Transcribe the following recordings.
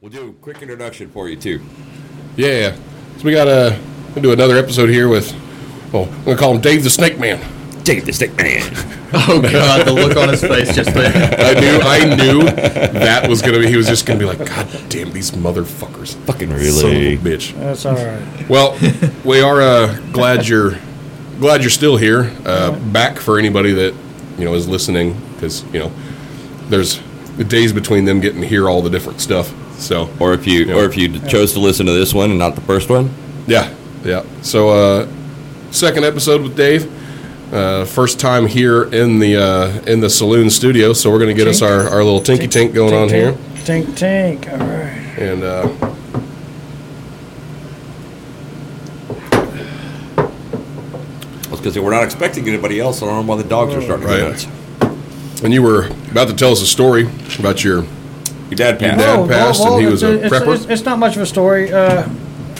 We'll do a quick introduction for you too. Yeah, yeah. So we got uh, we do another episode here with, well, I'm gonna call him Dave the Snake Man. Take the stick man. Oh god, the look on his face just there. I knew, I knew that was gonna be. He was just gonna be like, God damn these motherfuckers, Fucking son of a really. bitch. That's all right. Well, we are uh, glad you're glad you're still here. Uh, back for anybody that you know is listening, because you know there's the days between them getting to hear all the different stuff. So Or if you, or if you chose to listen to this one and not the first one, yeah, yeah. So uh, second episode with Dave. Uh, first time here in the uh, in the saloon studio. So we're gonna get us our, our little tinky tink going on here, Tink, tink. All right. and uh, that's because we're not expecting anybody else. I don't know why the dogs are starting to Right. go nuts. and you were about to tell us a story about your Your dad passed. dad passed and he was a Oh, it's, prepper? It's, it's not much of a story. Uh,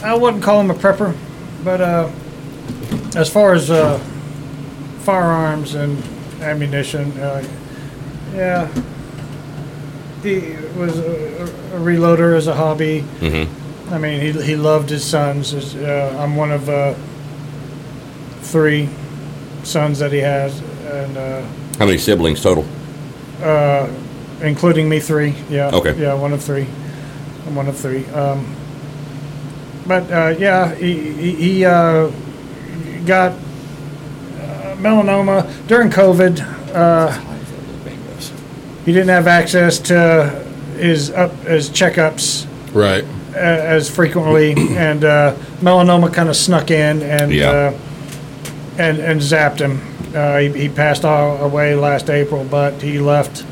I wouldn't call him a prepper, but uh, as far as uh, firearms and ammunition, uh, yeah, he was a, a reloader as a hobby. Mm-hmm. I mean, he, he loved his sons. His, uh, I'm one of uh, three sons that he has, and. Uh, How many siblings total? including me three yeah Okay. yeah one of three i'm one of three um, but uh, yeah he, he, he uh, got uh, melanoma during covid uh, he didn't have access to his up his checkups right. a- as frequently, and uh, melanoma kind of snuck in and Yeah. uh, and and zapped him. Uh, he, he passed all away last April, but he left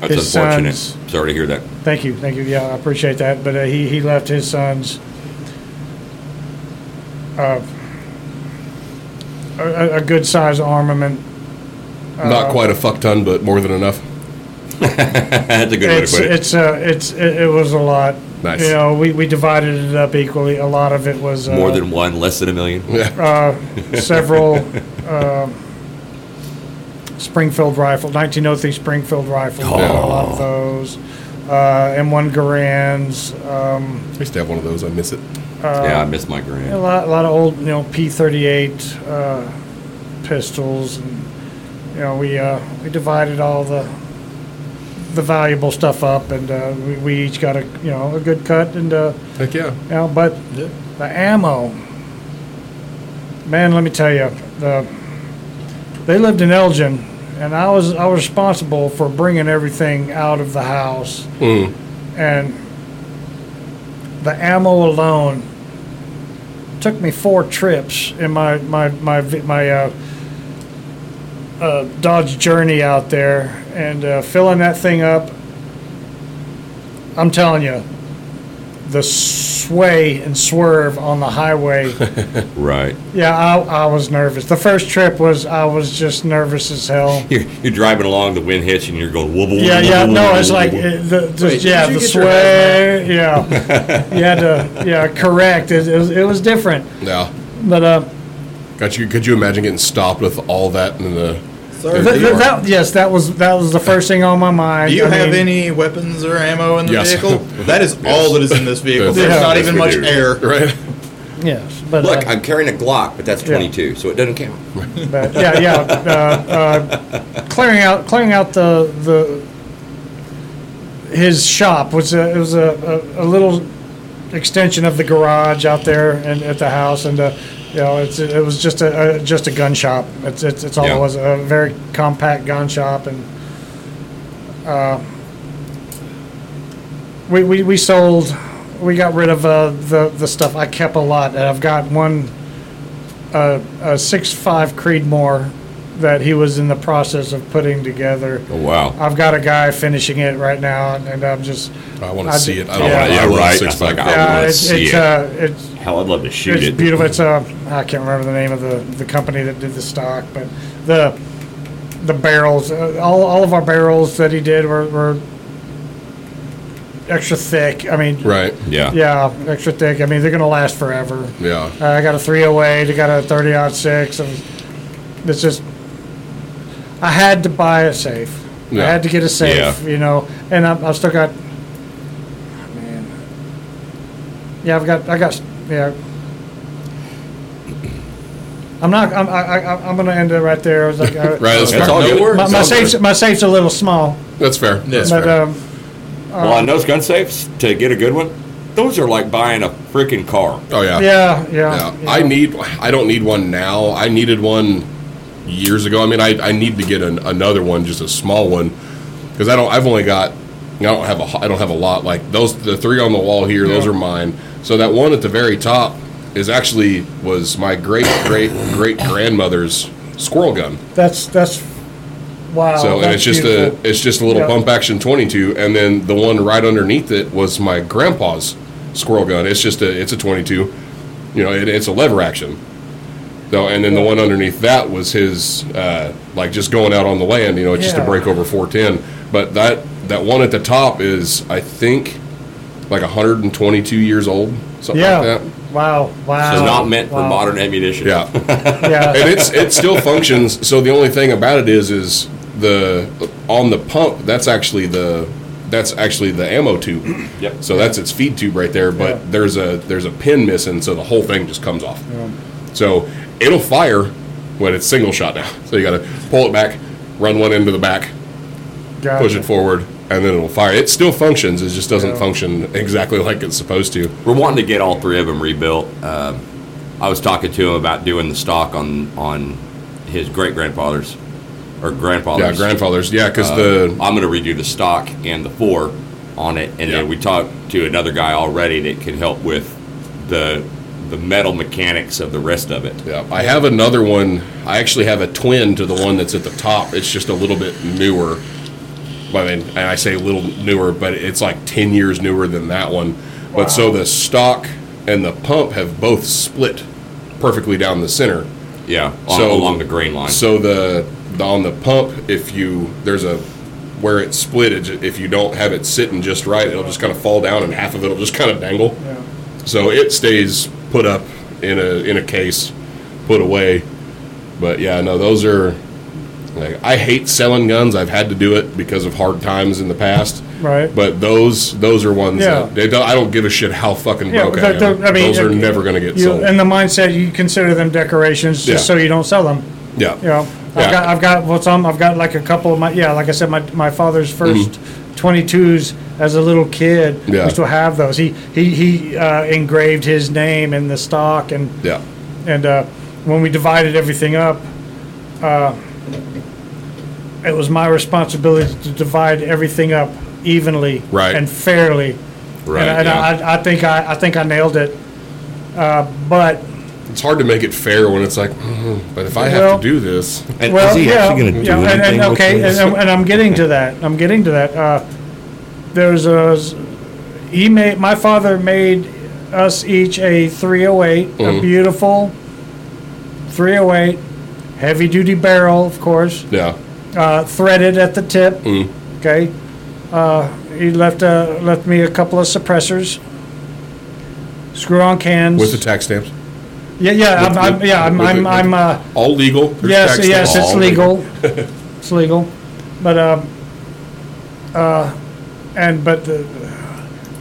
That's his unfortunate. sons. Sorry to hear that. Thank you, thank you. Yeah, I appreciate that. But uh, he he left his sons. Uh, a, a- a good size armament. Not quite a fuck ton, but more than enough. that's a good It's way to put it. it's uh, it's it, it was a lot. Nice. You know, we, we divided it up equally. A lot of it was uh, More than one, less than a million. several um, Springfield rifle, 1903 Springfield rifle. Oh. we had A lot of those. Uh, M1 Garands. Um, I used to have one of those. I miss it. yeah, I miss my grand. a, lot, a lot of old, you know, P38 uh, pistols. And, you know, we uh, we divided all the the valuable stuff up, and uh, we, we each got a you know a good cut, and uh, Heck yeah. you know, but Yeah. The ammo, man. Let me tell you, the they lived in Elgin, and I was I was responsible for bringing everything out of the house, and the ammo alone took me four trips in my my my vi- my uh, uh, Dodge Journey out there, and uh, filling that thing up. I'm telling you, the sway and swerve on the highway. Right. yeah, I, I was nervous. The first trip was I was just nervous as hell. You're, you're driving along, the wind hits, and you're going wobble. Yeah, wobble, yeah, wobble, no, wobble, it's like wobble. uh, the, the Wait, yeah did you the get your head sway. Yeah, you had to yeah correct. It, it, was, it was different, Yeah. but uh, Got you. Could you imagine getting stopped with all that and the? Sir, There th- you th- are. that yes, that was that was the first thing on my mind. Do you I have mean, any weapons or ammo in the Yes. vehicle? That is all that is in this vehicle. Yes. There's Yeah. not Yes, even we much do. air. Right. Yes, but uh, Look, I'm carrying a Glock, but that's 22, so it doesn't count. But yeah, yeah, uh, uh, clearing out clearing out the the his shop was a, it was a, a, a little extension of the garage out there and at the house and uh, you know it's it was just a, a just a gun shop. It's it's, it's all Yeah. it was a very compact gun shop and. Uh, we, we, we sold, we got rid of uh, the, the stuff I kept a lot, and I've got one uh, a six-five Creedmoor that he was in the process of putting together. Oh, wow. I've got a guy finishing it right now, and I'm just I want to I see did- it. I don't yeah. want Yeah, I want a right. six That's like, pack. I yeah, wanna it's see it's, it. uh, it's Hell, I'd love to shoot it's it. beautiful. It's uh, I can't remember the name of the the company that did the stock, but the the barrels, uh, all all of our barrels that he did were, were extra thick. I mean, Right. Yeah. yeah, extra thick. I mean, they're gonna last forever. Yeah. Uh, I got a 308. I got a 30 six, and it's just I had to buy a safe. Yeah. I had to get a safe, Yeah. you know, and I've, I've still got. Man, Yeah, I've got, I got, yeah. I'm not, I'm, I, I, I'm gonna end it right there. I was like, I- Right, that's That's fair. all good work. My, my That's all safe's, good. my safe's a little small, That's fair. That's but, fair. um, Well, on those gun safes, to get a good one, those are like buying a freaking car. oh yeah. yeah, Yeah. yeah. I need. I don't need one now. I needed one years ago. I mean, I, I need to get an, another one, just a small one, because I don't. I've only got. I don't have a. ho- I don't have a lot. Like those, the three on the wall here. Those Yeah. are mine. So that one at the very top is actually was my great great great grandmother's squirrel gun. That's, that's, wow. So and Oh, that's it's just beautiful. a it's just a little Yeah. pump action 22, and then the one right underneath it was my grandpa's squirrel gun. It's just a it's a 22, you know, it, it's a lever action. So and then the one underneath that was his uh, like just going out on the land, you know, it's just a Yeah. break over 410. But that that one at the top is I think like 122 years old, something Yeah, like that. wow, wow. It's not meant for wow. modern ammunition. Yeah. Yeah, and it's it still functions. So the only thing about it is is the on the pump. That's actually the that's actually the ammo tube. Yep. So that's its feed tube right there. But Yeah. there's a there's a pin missing, so the whole thing just comes off. So it'll fire when it's single shot now. So you got to pull it back, run one into the back, gotcha. push it forward, and then it'll fire. It still functions. It just doesn't Yeah. function exactly like it's supposed to. We're wanting to get all three of them rebuilt. Um, I was talking to him about doing the stock on on his great grandfather's or Yeah, grandfather's. grandfathers. Yeah, because Uh, the I'm going to redo the stock and the four on it, and Yeah. then we talked to another guy already that can help with the the metal mechanics of the rest of it. Yeah, I have another one. I actually have a twin to the one that's at the top. It's just a little bit newer. I mean, and I say a little newer, but it's like 10 years newer than that one. But so the stock and the pump have both split perfectly down the center. Yeah, on, So- along the grain line. So the, the on the pump, if you there's a where it's split, it, ju- if you don't have it sitting just right, it'll just kind of fall down, and half of it'll just kind of dangle. Yeah. So it stays put up in a in a case, put away. But yeah, no, those are. Like, I hate selling guns. I've had to do it because of hard times in the past. Right. But those those are ones Yeah. that they don't, I don't give a shit how fucking Yeah, broke but I am. the- I mean, those are uh, never going to get You, sold. in the mindset, you consider them decorations Yeah. just so you don't sell them. yeah. You know, Yeah. I've got, I've got, well, some, I've got like a couple of my, yeah, like I said, my, my father's 1st 22s as a little kid. Mm-hmm. Yeah. Used to have those. He, he, he uh, engraved his name in the stock and, Yeah. and uh, when we divided everything up, uh, it was my responsibility to divide everything up evenly Right. and fairly. Right, And, I, and I, I think I, I think I nailed it. Uh, but It's hard to make it fair when it's like, "Mm, but if I have Well- to do this, And well, is he yeah, actually going to yeah, do and- and anything with okay, this? and, and I'm getting to that. I'm getting to that. Uh, there's a he made my father made us each a 308, Mm-hmm. a beautiful 308 heavy duty barrel, of course, yeah, uh, threaded at the tip. Mm. Okay, uh, he left uh, left me a couple of suppressors, screw on cans. with the tax stamps, yeah, yeah, with- I'm, I'm, yeah, I'm, with the- I'm, with I'm the- uh, all legal. There's Yes, tax yes, stamps. it's All legal. It's legal. But, um, uh, and, but the,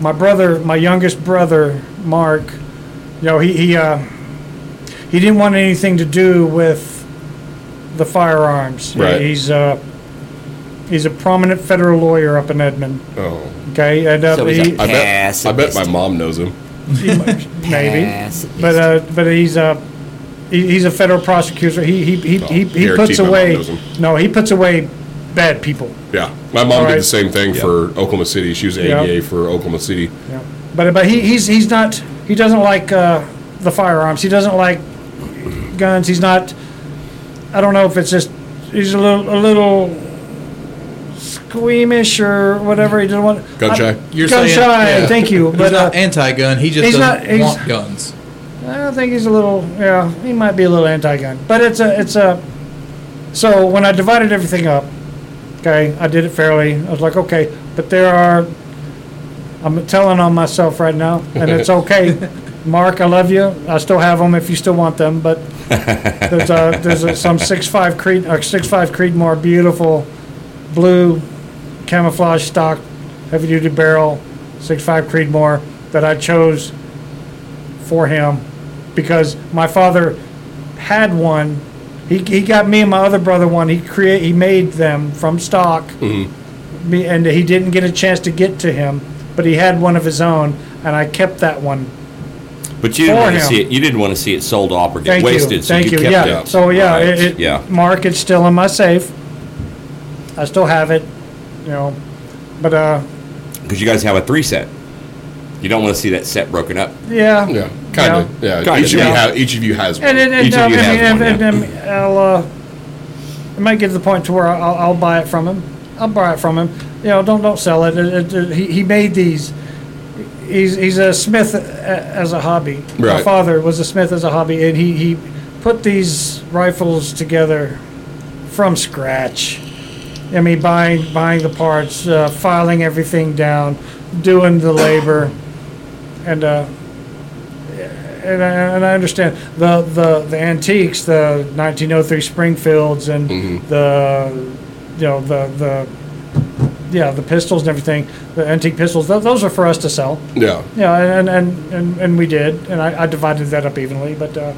my brother, my youngest brother, Mark, you know, he, he, uh, he didn't want anything to do with the firearms. Right. He's, uh, he's a prominent federal lawyer up in Edmond, Oh, okay? And, uh, So he's a he, I bet. I bet my Pacifist. mom knows him. maybe. Pacifist. But, uh, but he's, uh, he, he's a federal prosecutor. He, he, he, he, he guaranteed puts my mom away, knows him. no, he puts away bad people. Yeah, my mom did the right. same thing for Oklahoma City. She was Yeah. ADA for Oklahoma City. Yeah. But, but he, he's, he's not, he doesn't like, uh, the firearms. He doesn't like guns. He's not, I don't know if it's just, he's a little, a little squeamish or whatever. He doesn't want. Gun shy? You're Gun saying- shy, yeah. thank you. he's But uh, not anti-gun. He just he's doesn't not- he's- want guns. I don't think he's a little. Yeah, he might be a little anti-gun, but it's a it's a. So when I divided everything up, okay, I did it fairly. I was like, okay, but there are. I'm telling on myself right now, and it's okay. Mark, I love you. I still have them if you still want them, but there's a there's a, some six five Creed or six five Creedmoor beautiful blue camouflage stock heavy duty barrel six five Creedmoor that I chose for him because my father had one. He, he got me and my other brother one. He create he made them from stock. Mm-hmm. Me and he didn't get a chance to get to him, but he had one of his own, and I kept that one. But you didn't For want to him. see it. You didn't want to see it sold off or get Thank wasted. you. So Thank you, you. kept yeah. it. So yeah, Right. it, it, yeah. Mark, it's still in my safe. I still have it, you know, but uh, Because you guys have a three set. You don't want to see that set broken up. yeah, Yeah, kind of. Yeah, Kinda, each of you yeah. have each of you has one. And, and, and Each of uh, you I has mean, and, one, yeah. and, um, I'll, uh, it might get to the point to where I'll, I'll buy it from him. I'll buy it from him. You know, don't don't sell it. It- it- it- he, he made these. He's he's a smith a- as a hobby. My Right. father was a smith as a hobby, and he he put these rifles together from scratch. I mean, buying buying the parts, uh, filing everything down, doing the labor, and uh, and I, and I understand the, the, the antiques, the 1903 Springfields, and the you know the the yeah the pistols and everything, the antique pistols. Th- those are for us to sell. yeah, Yeah, and and and, and we did, and I, I divided that up evenly. But uh,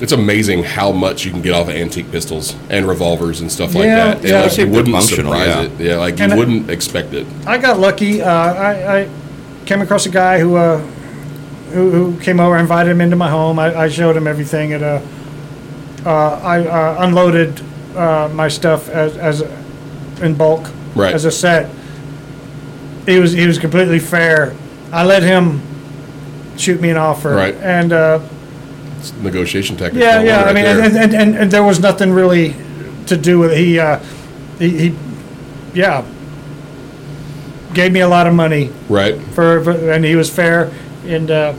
it's amazing how much you can get off of antique pistols and revolvers and stuff like Yeah, that. yeah. And like, you They're wouldn't functional, surprise yeah. it. Yeah, like you And I- wouldn't expect it. I got lucky. Uh, I, I came across a guy who, uh, who who came over, invited him into my home. I, I showed him everything. At uh, uh, I uh, unloaded uh, my stuff as, as in bulk Right. as a set. He was he was completely fair. I let him shoot me an offer, Right. and uh, It's negotiation tactic. yeah, going yeah. on I right mean, there. and, and, and, and there was nothing really to do with it. He, uh, he, he, yeah, gave me a lot of money right. for, for and he was fair and uh,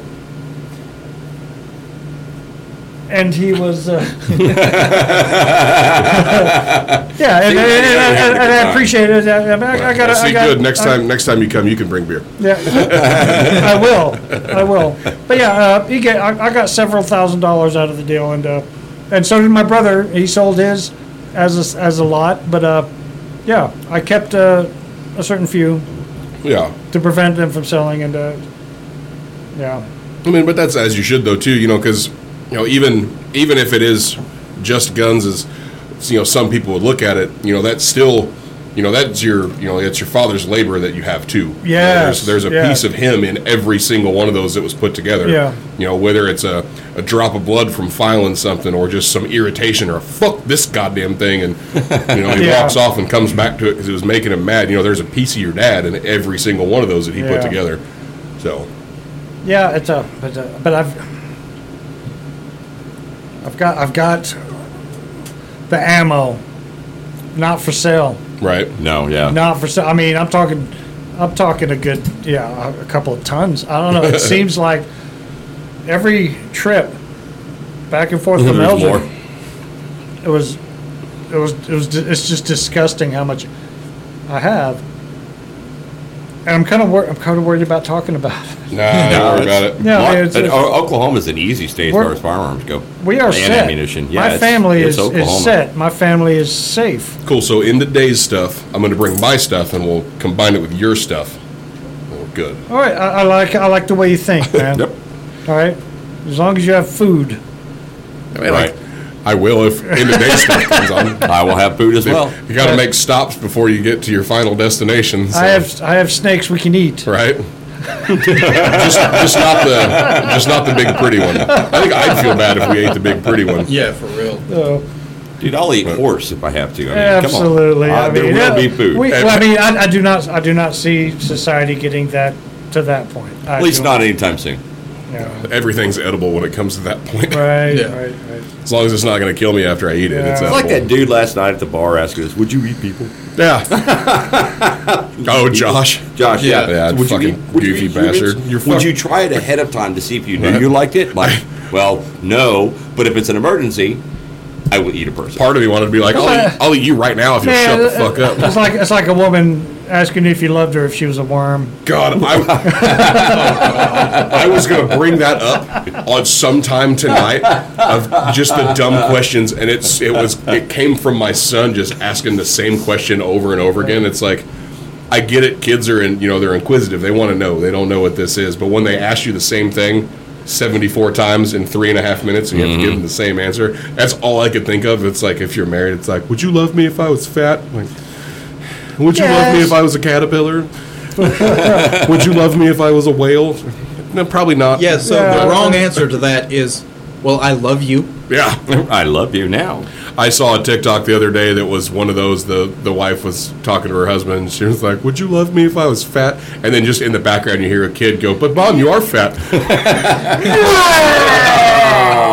and he was uh, yeah and, and, and, and, and I appreciate it. I, I, I got See, I got good. Next I- time, next time you come, you can bring beer. yeah, I will. I will. But yeah, uh, he get, I, I got several thousand dollars out of the deal, and uh, and so did my brother. He sold his as a, s- as a lot, but uh, yeah, I kept uh, a certain few Yeah. to prevent them from selling, and uh, yeah, I mean, but that's as you should though too, you know, because you know even even if it is just guns, as you know, some people would look at it, you know, that's still, you know, that's your, you know, that's your father's labor that you have too. You know, Yes, there's, there's a yeah. piece of him in every single one of those that was put together. Yeah. you know, whether it's a, a drop of blood from filing something or just some irritation or a fuck this goddamn thing, and you know, he Yeah. walks off and comes back to it because it was making him mad. You know, there's a piece of your dad in every single one of those that he Yeah. put together. So yeah, it's a but uh, but I've I've got I've got the ammo, not for sale. right, No, yeah. Not for so. I mean, I'm talking, I'm talking a good, yeah, a- a couple of tons. I don't know. It seems like every trip back and Mm-hmm, forth from There's Elgin, more. it was, it was, it was. di- It's just disgusting how much I have, and I'm kind of wor- I'm kind of worried about talking about it. Nah, don't worry about it's- it. No, Mar- it's- but it's- O- Oklahoma's an easy state as We're- far as firearms go. We are and set. ammunition. Yeah, My it's- family it's is, is Oklahoma. set. My family is safe. Cool. So in today's stuff, I'm going to bring my stuff and we'll combine it with your stuff. Oh, good. All right, I, I like I like the way you think, man. Yep. All right, as long as you have food. Right. I will if in today's stuff comes on. I will have food as well. You got to make stops before you get to your final destination. so- I have I have snakes we can eat. right. just, just not the, just not the big pretty one. I think I'd feel bad if we ate the big pretty one. Yeah, for real. So, Dude, I'll eat horse if I have to. I mean, absolutely. Come on. Uh, I mean, there will uh, be food. We, And- well, I mean, I, I do not I do not see society getting that to that point. I At least do- not anytime soon. no. Everything's edible when it comes to that point. Right, Yeah. right, right. As long as it's not going to kill me after I eat it, it's Yeah. It's edible. like that dude last night at the bar asking us, "Would you eat people?" Yeah. oh, Josh. Josh, yeah, Yeah, that would you fucking eat, would you goofy eat humans? bastard. You're would fuck- you try it ahead of time to see if you knew you liked it? Like, well, no, but if it's an emergency, I will eat a person. Part of me wanted to be like, I'll eat, I'll eat you right now if you shut the Man, uh, fuck up. It's like it's like a woman asking if you loved her if she was a worm. God, I, I was going to bring that up on sometime tonight of just the dumb questions, and it's it was it came from my son just asking the same question over and over again. It's like, I get it. Kids are in, you know, they're inquisitive. They want to know. They don't know what this is. But when they ask you the same thing 74 times in three and a half minutes and you have to give them the same answer, that's all I could think of. It's like if you're married, it's like, would you love me if I was fat? Like, would you love me Yes. if I was a caterpillar? would you love me if I was a whale? No, probably not. Yeah, so Yeah. the wrong answer to that is, well, I love you. Yeah. I love you now. I saw a TikTok the other day that was one of those. The the wife was talking to her husband. And she was like, "Would you love me if I was fat?" And then just in the background, you hear a kid go, "But mom, you are fat."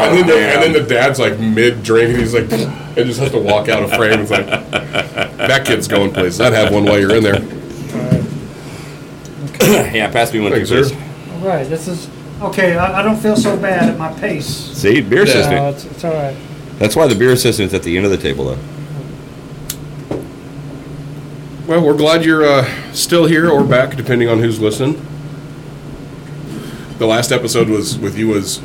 and, then the, and then the dad's like mid drink, and he's like, and just has to walk out of frame. It's like that kid's going places. I'd have one while you're in there. yeah, pass me one Thanks, too, sir. please. All right, this is, okay, I, I don't feel so bad at my pace. See, beer assistant. No, it's, it's all right. That's why the beer assistant's at the end of the table, though. Well, we're glad you're uh, still here or back, depending on who's listening. The last episode was with you was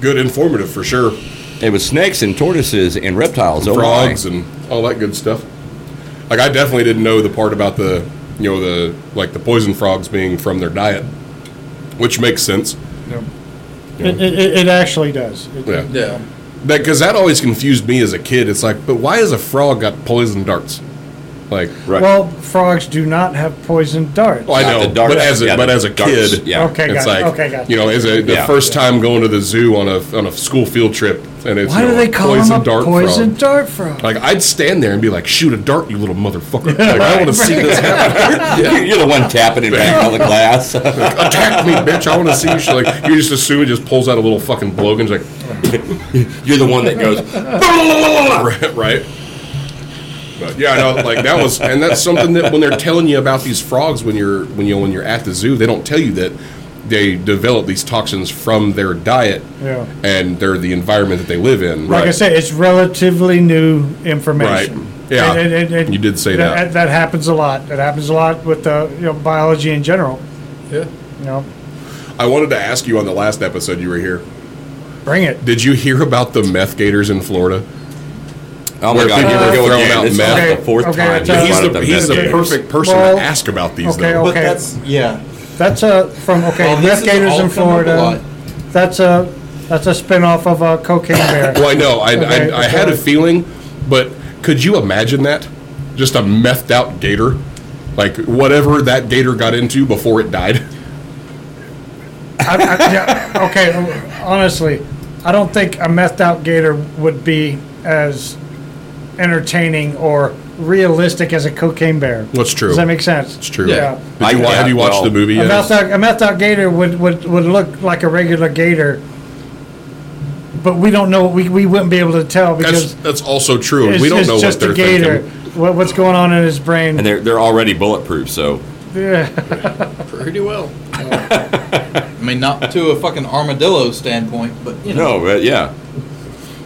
good, informative for sure. It was snakes and tortoises and reptiles. oh my. Frogs and all that good stuff. Like I definitely didn't know the part about the you know the like the poison frogs being from their diet, which makes sense. It, it, it- it actually does. It- Yeah, Yeah. that because that always confused me as a kid. It's like, but why has a frog got poison darts? Like, Right. Well, frogs do not have poison darts. Oh, I Not know, the darts. but as a, Yeah, but the as a darts. kid, Yeah. Okay, it's gotcha. like okay, gotcha. you know, as a the Yeah. first time going to the zoo on a on a school field trip, and it's Why you do know, they call poison them a dart poison frog. dart frog? Like I'd stand there and be like, "Shoot a dart, you little motherfucker!" Like, I want to see this happen. You're the one tapping it back on the glass. Attack me, bitch! I want to see you. She's like you just assume it just pulls out a little fucking blowgun's like, You're the one that goes. "Oh right, right. But yeah, I know. Like that was, and that's something that when they're telling you about these frogs when you're when you when you're at the zoo, they don't tell you that they develop these toxins from their diet. Yeah. and they're the environment that they live in. Like I said, it's relatively new information. Right. Yeah. And- and- and- You did say that. That happens a lot. That happens a lot with the, you know, biology in general, Yeah. you know. I wanted to ask you on the last episode you were here. Bring it. Did you hear about the meth gators in Florida? Oh Where my God! people here are we go throwing again. out This is meth. like the fourth Okay, time. okay, you've I He's brought thought up the, he's the meth gators. perfect person Well, to ask about these, okay, though. But Okay. that's, yeah. That's a, from, okay, Well, this Meth has Gators all in come up a lot. Florida. That's a, that's a spinoff of a cocaine bear. Well, I know. I, Okay, I, I had a okay. feeling, but could you imagine that? Just a methed out gator? Like, whatever that gator got into before it died? I- I- yeah, okay, honestly, I don't think a methed out gator would be as entertaining or realistic as a cocaine bear. That's true. Does that make sense? It's true. Yeah. Did you, I- have you watched well, the movie A yet? methed out, a methed out gator would, would, would look like a regular gator, but we don't know, we, we wouldn't be able to tell That's, because that's also true. it's, we don't it's know just what a they're gator. thinking. What, what's going on in his brain? And they're they're already bulletproof, so yeah. Pretty well. I mean, not to a fucking armadillo standpoint, but you know. no, but yeah.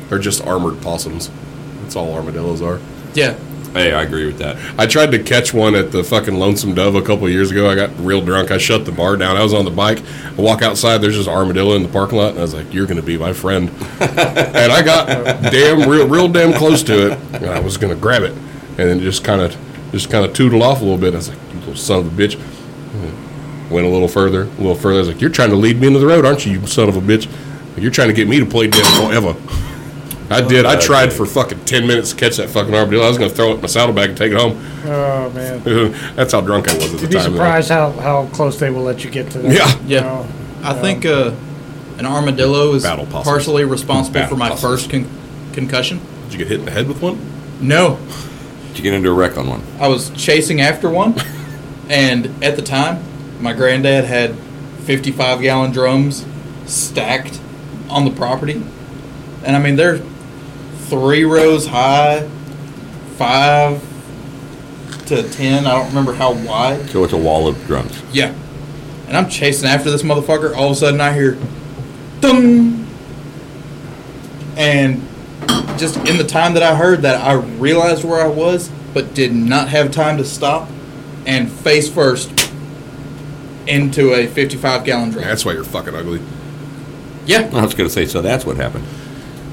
They're just armored possums. That's all armadillos are. Yeah. Hey, I agree with that. I tried to catch one at the fucking Lonesome Dove a couple years ago. I got real drunk. I shut the bar down. I was on the bike. I walk outside. There's this armadillo in the parking lot, and I was like, "You're gonna be my friend." and I got damn real, real damn close to it. And I was gonna grab it, and then it just kind of, just kind of tootled off a little bit. I was like, "You little son of a bitch." Went a little further, a little further. I was like, "You're trying to lead me into the road, aren't you, you son of a bitch? You're trying to get me to play dead forever." I did. I tried for fucking ten minutes to catch that fucking armadillo. I was gonna throw it in my saddlebag and take it home. Oh, man. That's how drunk I was at the You'd be time. though. surprised how, how close they will let you get to that. Yeah. you Yeah. know. I think uh, an armadillo is Battle possums. partially responsible Battle for my possums. first con- concussion. Did you get hit in the head with one? No, Did you get into a wreck on one? I was chasing after one, and at the time, my granddad had 55 gallon drums stacked on the property. And I mean, they're three rows high, five to ten, I don't remember how wide. So it's a wall of drums. Yeah. And I'm chasing after this motherfucker. All of a sudden, I hear, dung. And just in the time that I heard that, I realized where I was, but did not have time to stop and face first into a 55 gallon drum. That's why you're fucking ugly. yeah. I was gonna say, so that's what happened.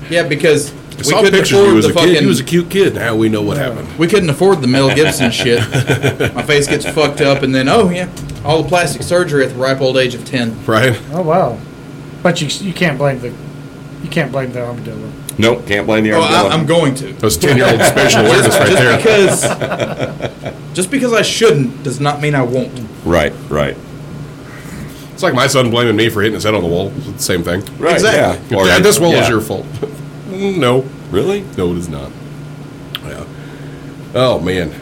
Yeah, because I saw couldn't pictures of you afford as the a kid. fucking- You was a cute kid. Now we know what happened. We couldn't afford the Mel Gibson shit. My face gets fucked up, and then oh yeah, all the plastic surgery at the ripe old age of ten. Right? Oh wow. But you you can't blame the you can't blame the armadillo. Nope, can't blame the Oh, armadillo. I, I'm going to. That's ten year old spatial awareness right there. Just because, just because I shouldn't does not mean I won't. right, right, It's like my son blaming me for hitting his head on the wall. It's the same thing. right. Exactly. Yeah. Or- Dad, this wall yeah. is your fault. no. Really? No, it is not. Yeah. Oh man.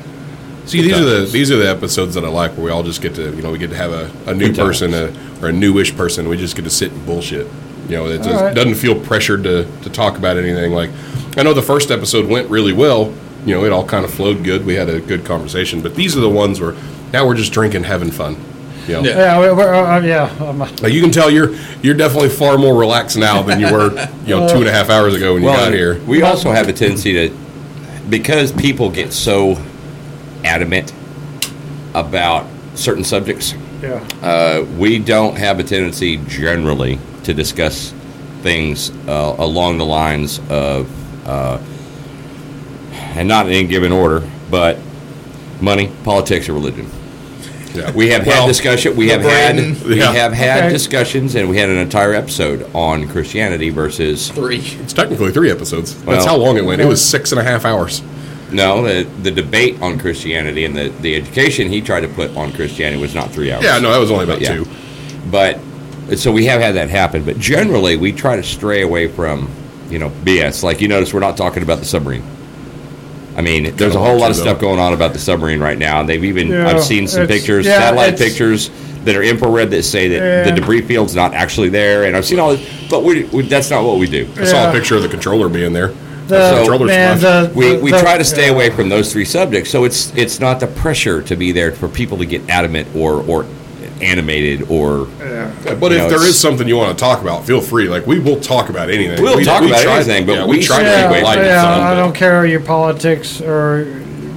See, these are the these are the episodes that I like where we all just get to you know we get to have a, a new Good times. person a, or a newish person. We just get to sit and bullshit. You know, it just All right. doesn't feel pressured to to talk about anything. Like I know the first episode went really well. You know, it all kind of flowed good. We had a good conversation. But these are the ones where now we're just drinking, having fun. You know? Yeah. Yeah, we- we're, uh, uh, yeah. um, Like you can tell you're you're definitely far more relaxed now than you were you know two and a half hours ago when you got and here. We also have a tendency to, because people get so adamant about certain subjects, yeah. uh, we don't have a tendency generally to discuss things uh, along the lines of, uh, and not in any given order, but money, politics, or religion. Yeah. We have Well, had discussion. We have Brandon. had we Yeah. have had Okay. discussions, and we had an entire episode on Christianity versus Three. It's technically three episodes. Well- That's how long it went. It was six and a half hours. No, the, the debate on Christianity and the, the education he tried to put on Christianity was not three hours. Yeah, no, that was only about Yeah. two. But so we have had that happen. But generally, we try to stray away from you know BS. Like you notice, we're not talking about the submarine. I mean, there's a whole lot of stuff going on about the submarine right now. They've even Yeah, I've seen some it's- pictures, yeah, satellite it's- pictures that are infrared that say that the Yeah. debris field's not actually there, and I've seen all. This, but we, we that's not what we do. I saw Yeah. a picture of the controller being there. The, controller's man, fine. the- we, the- we the- try to stay yeah. away from those three subjects so it's it's not the pressure to be there for people to get adamant or or animated or But You if know, there it's- is something you want to talk about, feel free. Like we will talk about anything. We'll We- talk we about try- anything, but yeah, we- try Yeah, to be light light. and yeah, sun, I but- don't care your politics or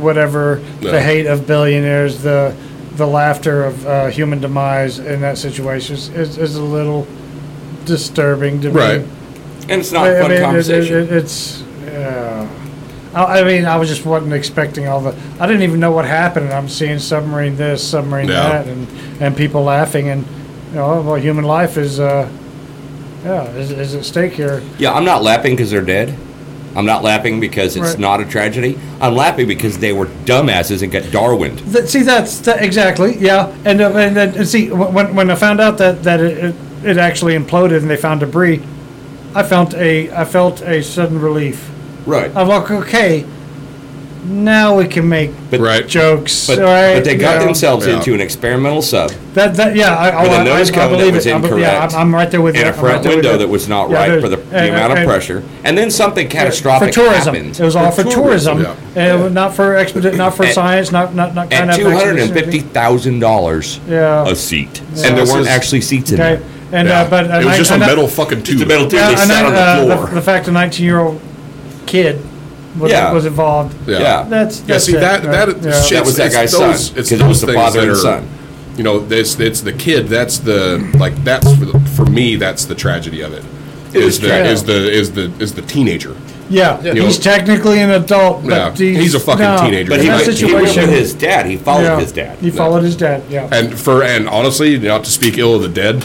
whatever, No. the hate of billionaires, the the laughter of uh, human demise in that situation is, is, is a little disturbing to me. Right. and it's not I- a I fun mean, it- it- conversation it- it's. Uh, I I mean, I was just wasn't expecting all the. I didn't even know what happened, and I'm seeing submarine this, submarine Yeah. that, and, and people laughing, and you know, well, human life is, uh, yeah, is, is at stake here. yeah i'm not laughing because they're dead i'm not laughing because it's Right. not a tragedy i'm laughing because they were dumbasses and got darwined That, see, that's that, exactly, yeah. And uh, and, then and see, wh- when, when I found out that that it, it, it actually imploded and they found debris, I felt a I felt a sudden relief. right I'm like, okay, now we can make but Right. jokes. but, right? but they got you know. themselves Yeah. into an experimental sub That, that yeah, I, I, With a I, nose I, I cone that believe was it. I, be- yeah, incorrect I'm, I'm right there with you. in a I'm right front there with window you. that was not Yeah, right there's- for the, and- the amount of and- pressure and then something catastrophic for tourism. happened It was all for, tourism, tourism, and not for expedition, not for At- science, not not not at kind of two hundred and fifty expedition. thousand dollars Yeah. a seat, Yeah. and there This weren't is- actually seats in Okay, there. and uh, but it was just a and I- metal fucking tube. Just a metal tube. Yeah, they and sat on the I- uh, floor. the fact a 19 year old kid was, Yeah. was involved. Yeah. Yeah. That's, Yeah, that's see it, that right? that yeah. shit, That was it's- that it's guy's son, those- It's 'cause it those was the things father that and are, son. You know, this it's the kid. That's the like that's for, the, for me. That's the tragedy of it. It Is is the, tragic. is the is the is the teenager. Yeah, You he's know- technically an adult, but Yeah, he's, he's a fucking no. teenager. But in he, In that went, he went situation, with his dad. He followed yeah, his dad. He followed his dad. Yeah, And for and honestly, not to speak ill of the dead,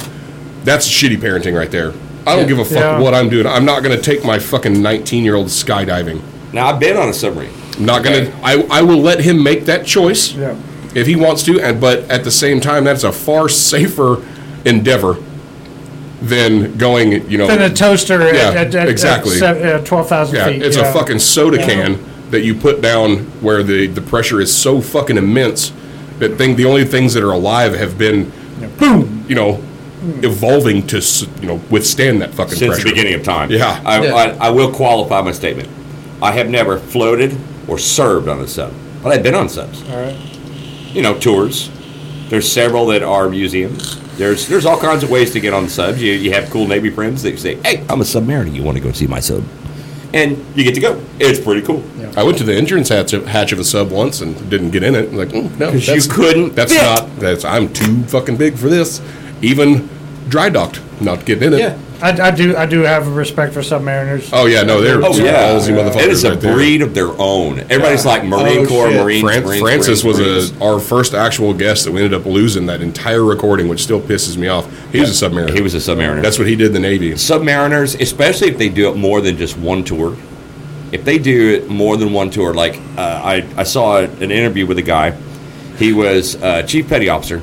that's shitty parenting right there. I don't give a fuck Yeah. what I'm doing. I'm not gonna take my fucking 19 year old skydiving. Now I've been on a submarine. I'm not gonna. I I will let him make that choice Yeah. if he wants to. And but at the same time, that's a far safer endeavor than going. You know, than a toaster at- Yeah, at, at, at, exactly. se- at 12,000 yeah, feet. it's a fucking soda can that you put down where the the pressure is so fucking immense that thing the only things that are alive have been boom. You know, evolving to s- you know withstand that fucking since pressure the beginning of time. Yeah. I, Yeah. I, I will qualify my statement. I have never floated or served on a sub, but I've been on subs. All right. You know, tours. There's several that are museums. There's there's all kinds of ways to get on subs. You, you have cool Navy friends that say, "Hey, I'm a submariner. You want to go see my sub?" And you get to go. It's pretty cool. I went to the entrance hatch of, hatch of a sub once and didn't get in it. I'm like, mm, no, 'Cause you that's- couldn't That's fit. not. That's I'm too fucking big for this. Even dry docked, not getting in it. Yeah. I, I do, I do have a respect for submariners. Oh yeah, no, they're Oh some yeah, ballsy motherfuckers. it is a right there. breed of their own. Everybody's like Marine Oh, Corps, shit. Marines. Fran- Marines, Francis Marines, was Marines. a, our first actual guest that we ended up losing that entire recording, which still pisses me off. He was a submariner. He was a submariner. That's what he did in the Navy. Submariners, especially if they do it more than just one tour, if they do it more than one tour, like uh, I, I saw an interview with a guy, he was uh, chief petty officer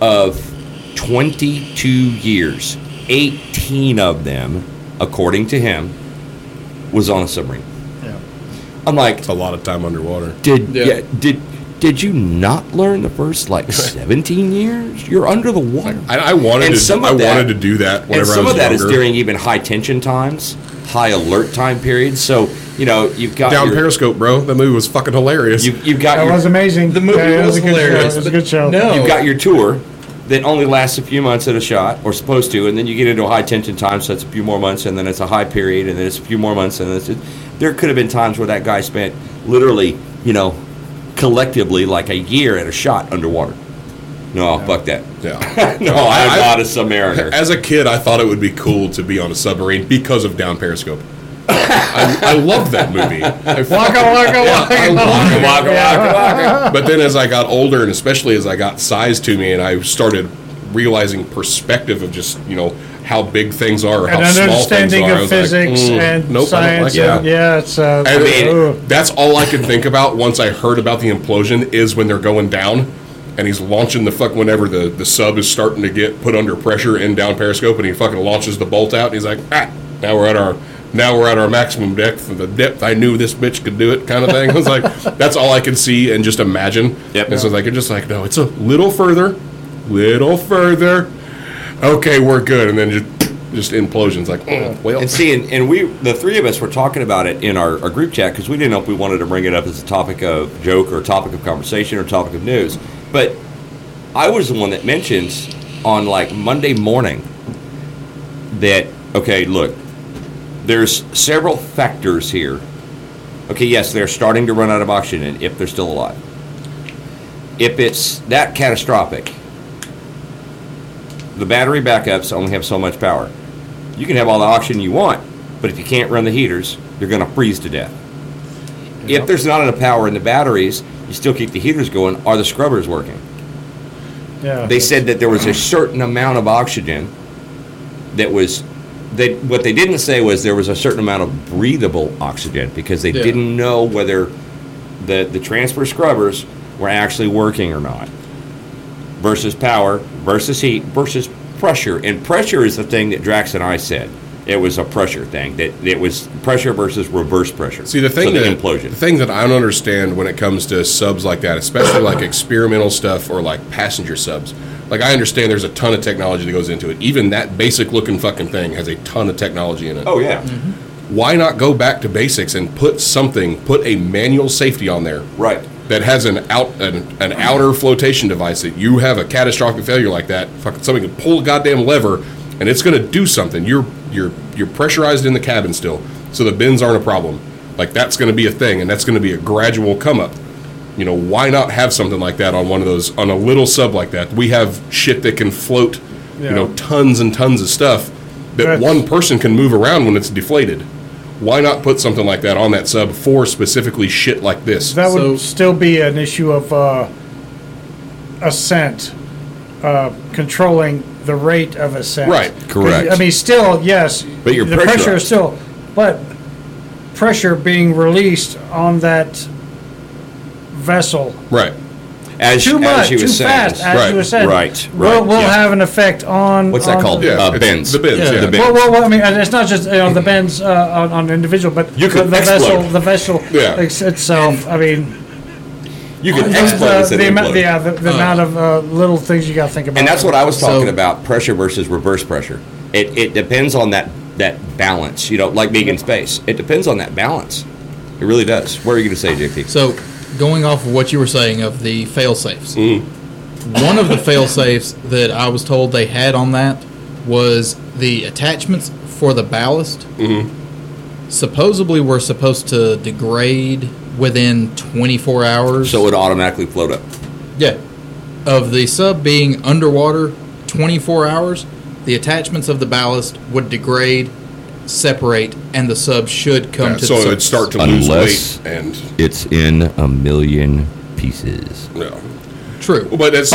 of 22 years, 18 of them, according to him, was on a submarine. Yeah. I'm like, It's a lot of time underwater. did Yeah. yeah. did did you not learn the first like 17 years? You're under the water. I, I wanted And to. some I of that- wanted to do that. Whenever And some I was of that is younger. during even high tension times, high alert time periods. So you know you've got down your, Periscope, bro. That movie was fucking hilarious. You, you've got That your, was amazing. The movie Yeah, it was a good show. hilarious, It was a but good show. no. you've got your tour that only lasts a few months at a shot, or supposed to, and then you get into a high tension time, so that's a few more months, and then it's a high period, and then it's a few more months, and then it's there could have been times where that guy spent literally, you know, collectively like a year at a shot underwater. No, fuck that. yeah. No, I'm I- not a submariner. As a kid, I thought it would be cool to be on a submarine because of Down Periscope. I, I love that movie. I Waka fucking- waka Yeah, waka. I love it. Waka, waka, waka. But then as I got older, and especially as I got size to me, and I started realizing perspective of just you know how big things are, how An small things understanding are. I of was like, physics mm, and nope, I don't like science. and- that. yeah, it's. Uh, And mean- ooh. that's all I could think about once I heard about the implosion is when they're going down and he's launching the fuck whenever the, the sub is starting to get put under pressure in down periscope and he fucking launches the bolt out and he's like, ah, now we're at our now we're at our maximum depth the depth I knew this bitch could do it kind of thing. I was like, that's all I could see and just imagine. Yep. And so like it's just like, no, it's a little further, little further. Okay, we're good. And then just just implosions like, mm, well, And see, and, and we, the three of us, were talking about it in our, our group chat because we didn't know if we wanted to bring it up as a topic of joke or topic of conversation or topic of news. But I was the one that mentions on like Monday morning that, okay, look, there's several factors here. Okay, yes, they're starting to run out of oxygen if they're still alive. If it's that catastrophic, the battery backups only have so much power. You can have all the oxygen you want, but if you can't run the heaters, you're going to freeze to death. If there's not enough power in the batteries, you still keep the heaters going. Are the scrubbers working? Yeah. They said that there was a certain amount of oxygen that was. They, what they didn't say was there was a certain amount of breathable oxygen because they Yeah. didn't know whether the, the transfer scrubbers were actually working or not. Versus power, versus heat, versus pressure. And pressure is the thing that Drax and I said. It was a pressure thing. That it was pressure versus reverse pressure. See the thing so the that implosion. the thing that I don't understand when it comes to subs like that, especially like experimental stuff or like passenger subs. Like I understand there's a ton of technology that goes into it. Even that basic looking fucking thing has a ton of technology in it. oh yeah. Mm-hmm. Why not go back to basics and put something, put a manual safety on there Right. that has an out an, an outer flotation device that you have a catastrophic failure like that, fucking somebody can pull a goddamn lever and it's gonna do something. You're you're you're pressurized in the cabin still, so the bends aren't a problem. Like that's gonna be a thing and that's gonna be a gradual come up. You know, why not have something like that on one of those on a little sub like that? We have shit that can float, you know, Yeah. tons and tons of stuff that That's- one person can move around when it's deflated. Why not put something like that on that sub for specifically shit like this? That So- would still be an issue of uh, ascent, uh, controlling the rate of ascent. Right, 'Cause, correct. I mean, still, yes. But you're the pressure pressurized. is still, but pressure being released on that vessel Right. As, too much, as you too were saying. fast, as Right, you were saying, right, will right, will yeah. have an effect on What's that on called? the- Yeah. Uh, it's bends. The bends. Yeah. Yeah. The bends. Well, well, well, I mean, and it's not just you know the bends uh, on, on an individual, but You could the, the vessel, explode. the vessel Yeah. ex- itself. I mean, You can uh, explode the, instead the of amount, implode. yeah, the, the amount of uh, little things you got to think about. And that's what I was talking So- about: pressure versus reverse pressure. It, it depends on that that balance. You know, like being in space, it depends on that balance. It really does. What are you going to say, JP? So, going off of what you were saying of the fail safes, Mm. one of the fail safes that I was told they had on that was the attachments for the ballast. Mm-hmm. Supposedly, were supposed to degrade within 24 hours. So it automatically float up. yeah, of the sub being underwater 24 hours, the the attachments of the ballast would degrade, separate, and the sub should come Yeah, to so the it would start to Unless- lose weight, and It's in a million pieces. yeah. True. But that's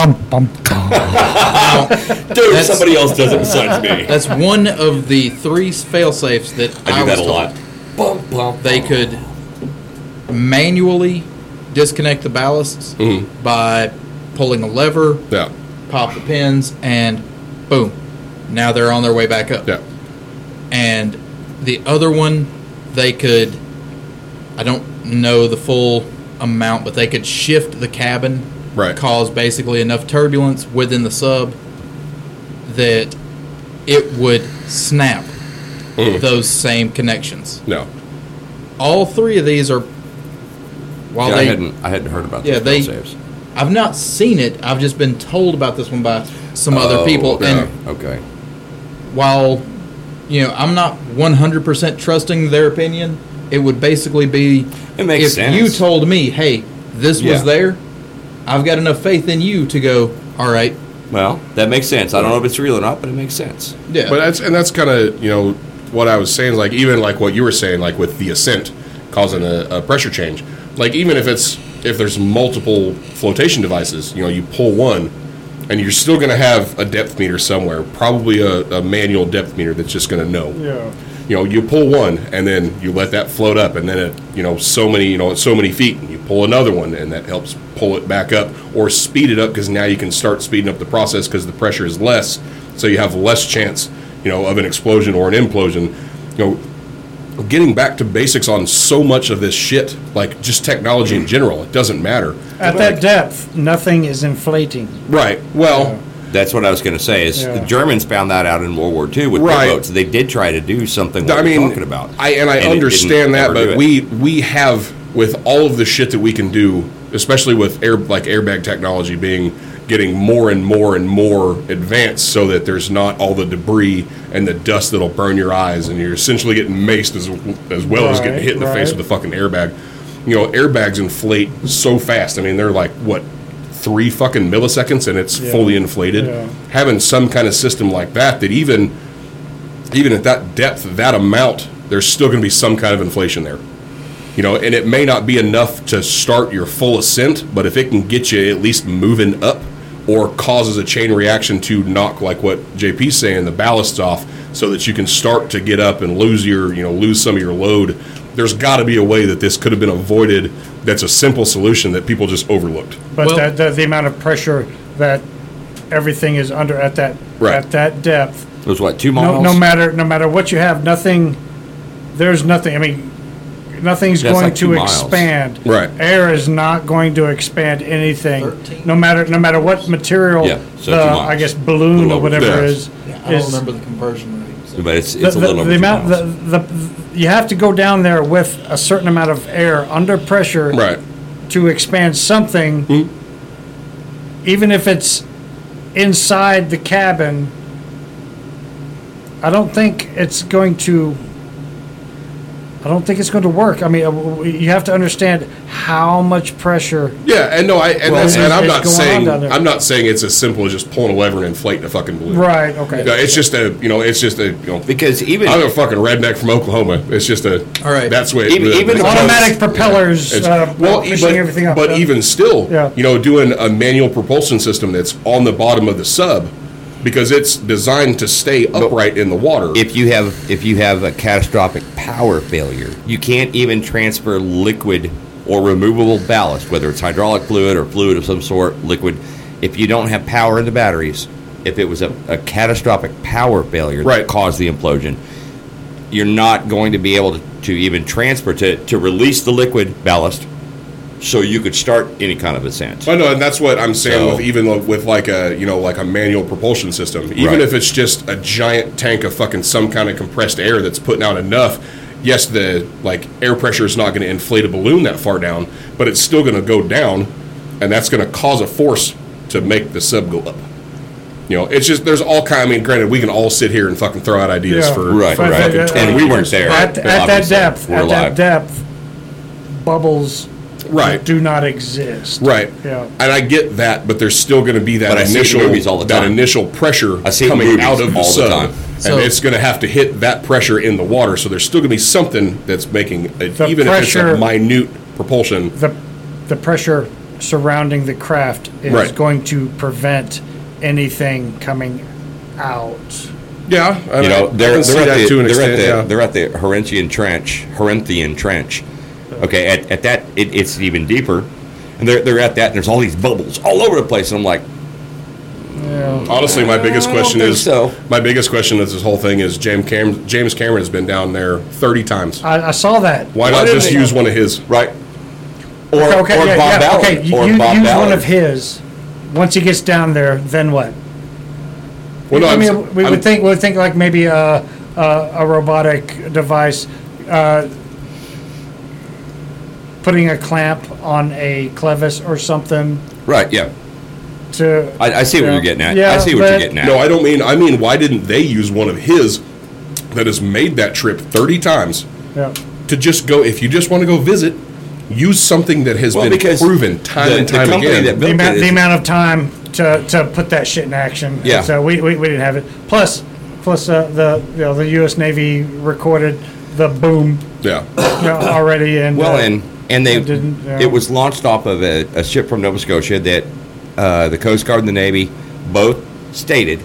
Dude, That's- somebody else does it besides me. That's one of the three fail safes that I, was told. Bump, bump. They could manually disconnect the ballasts Mhm. by pulling a lever, yeah, pop the pins, and boom. Now they're on their way back up. yeah. and the other one they could i don't know the full amount but they could shift the cabin Right. cause basically enough turbulence within the sub that it would snap Mm. those same connections No. all three of these are while Yeah, I they hadn't I hadn't heard about Yeah, yeah, they- they, saves. i've not seen it i've just been told about this one by some other Oh, people okay. and okay. while you know I'm not 100% trusting their opinion, it would basically be It makes if sense. you told me, "Hey, this Yeah. was there." I've got enough faith in you to go, "All right." Well, that makes sense. I don't know if it's real or not, but it makes sense. Yeah. But that's and that's kind of you know what I was saying. Like even like what you were saying, like with the ascent causing a, a pressure change. Like even if it's if there's multiple flotation devices, you know, you pull one, and you're still going to have a depth meter somewhere, probably a, a manual depth meter that's just going to know. Yeah. You know, you pull one, and then you let that float up, and then it, you know, so many, you know, it's so many feet, and you pull another one, and that helps pull it back up or speed it up because now you can start speeding up the process because the pressure is less, so you have less chance, you know, of an explosion or an implosion. You know, getting back to basics on so much of this shit, like just technology in general, it doesn't matter. At that depth, nothing is inflating. Right. Well. That's what I was going to say. Is Yeah. the Germans found that out in World War II with Right. their boats? They did try to do something. What I mean, we're talking about. I and I it didn't understand that, ever do but it. we we have with all of the shit that we can do, especially with air like airbag technology being getting more and more and more advanced, so that there's not all the debris and the dust that'll burn your eyes, and you're essentially getting maced as as well as getting Right, hit in the face right. with a fucking airbag. You know, airbags inflate so fast. I mean, they're like what three fucking milliseconds, and it's Yeah. fully inflated. Yeah. Having some kind of system like that that even even at that depth, that amount, there's still going to be some kind of inflation there. You know, and it may not be enough to start your full ascent, but if it can get you at least moving up or causes a chain reaction to knock, like what JP's saying, the ballasts off so that you can start to get up and lose your, you know, lose some of your load. There's got to be a way that this could have been avoided that's a simple solution that people just overlooked. But Well- that, that the amount of pressure that everything is under at that Right. at that depth. It was what two No, miles? no matter no matter what you have, nothing. There's nothing. I mean, nothing's That's going like to two miles. expand. Right. Air is not going to expand anything. 13. No matter no matter what material Yeah, so the two miles. I guess balloon Little or over- whatever Yeah. is I don't is remember the conversion rate. so- But it's, the, it's a the, little over the two amount the, miles. the you have to go down there with a certain amount of air under pressure Right. to expand something, even if it's inside the cabin, I don't think it's going to. I don't think it's going to work. I mean, uh, w- w- you have to understand how much pressure. Yeah, and no, I and, Well, that's, and it's- I'm it's not going on saying down there. I'm not saying it's as simple as just pulling a lever and inflating a fucking balloon. Right. Okay. No, it's just a you know, it's just a you know. Because even I'm a fucking redneck from Oklahoma. It's just a All right. That's the way Even- the- even the- Automatic propellers. it's- Uh, well, pushing but, everything up. but yeah. even still, Yeah. you know, doing a manual propulsion system that's on the bottom of the sub because it's designed to stay upright in the water. if you have if you have a catastrophic power failure, you can't even transfer liquid or removable ballast, whether it's hydraulic fluid or fluid of some sort, liquid. If you don't have power in the batteries, if it was a, a catastrophic power failure Right. that caused the implosion, you're not going to be able to, to even transfer to to release the liquid ballast, so you could start any kind of ascent. Well, Oh, no, and that's what I'm saying So- with even lo- with like a you know like a manual propulsion system. Even Right. if it's just a giant tank of fucking some kind of compressed air that's putting out enough. Yes, the like air pressure is not going to inflate a balloon that far down, but it's still going to go down, and that's going to cause a force to make the sub go up. You know, it's just there's all kind. I mean, granted, we can all sit here and fucking throw out ideas Yeah. for Right, for But right. fucking that- twenty and we years. weren't there. at, at that obviously. depth, We're at alive. that depth, bubbles Right. do not exist. Right. Yeah. And I get that, but there's still going to be that But I see it in initial movies all the that time. initial pressure I see it in coming movies out of the all the sub, time. and So- it's going to have to hit that pressure in the water. So there's still going to be something that's making it, The even pressure- if it's a minute propulsion. The the pressure surrounding the craft is Right. going to prevent anything coming out. Yeah, and You I- know, I they're, can see they're, at, that the, to they're, an extent. at the, yeah. they're at the Horentian Trench. Horinthian Trench. Okay, at, at that, it, it's even deeper. And they're, they're at that, and there's all these bubbles all over the place. And I'm like, Honestly, my biggest I don't question think is so. my biggest question is this whole thing is James Cam- James Cameron's been down there 30 times. I, I saw that. Uh, Why, not didn't just they- use one of his? right? Or, okay, or yeah, Bob yeah, Ballard. okay. You, or you Bob use Ballard. one of his. Once he gets down there, then what? Well, no, I I'm- mean, we I'm- would think we would think like maybe a a, a robotic device, uh, putting a clamp on a clevis or something Right, yeah. to. I, I see what Yeah. you're getting at. I Yeah, see what you're but- getting at. No, I don't mean. I mean, why didn't they use one of his that has made that trip 30 times yeah. to just go? If you just want to go visit, use something that has Well, been because proven time the- and the time company again. that The built it amount, the is- amount of time to, to put that shit in action. Yeah. So we, we, we didn't have it. Plus, plus uh, the you know, the U.S. Navy recorded the boom yeah, you know, already and Well, uh, and and they It didn't, yeah. it was launched off of a, a ship from Nova Scotia that uh, the Coast Guard and the Navy both stated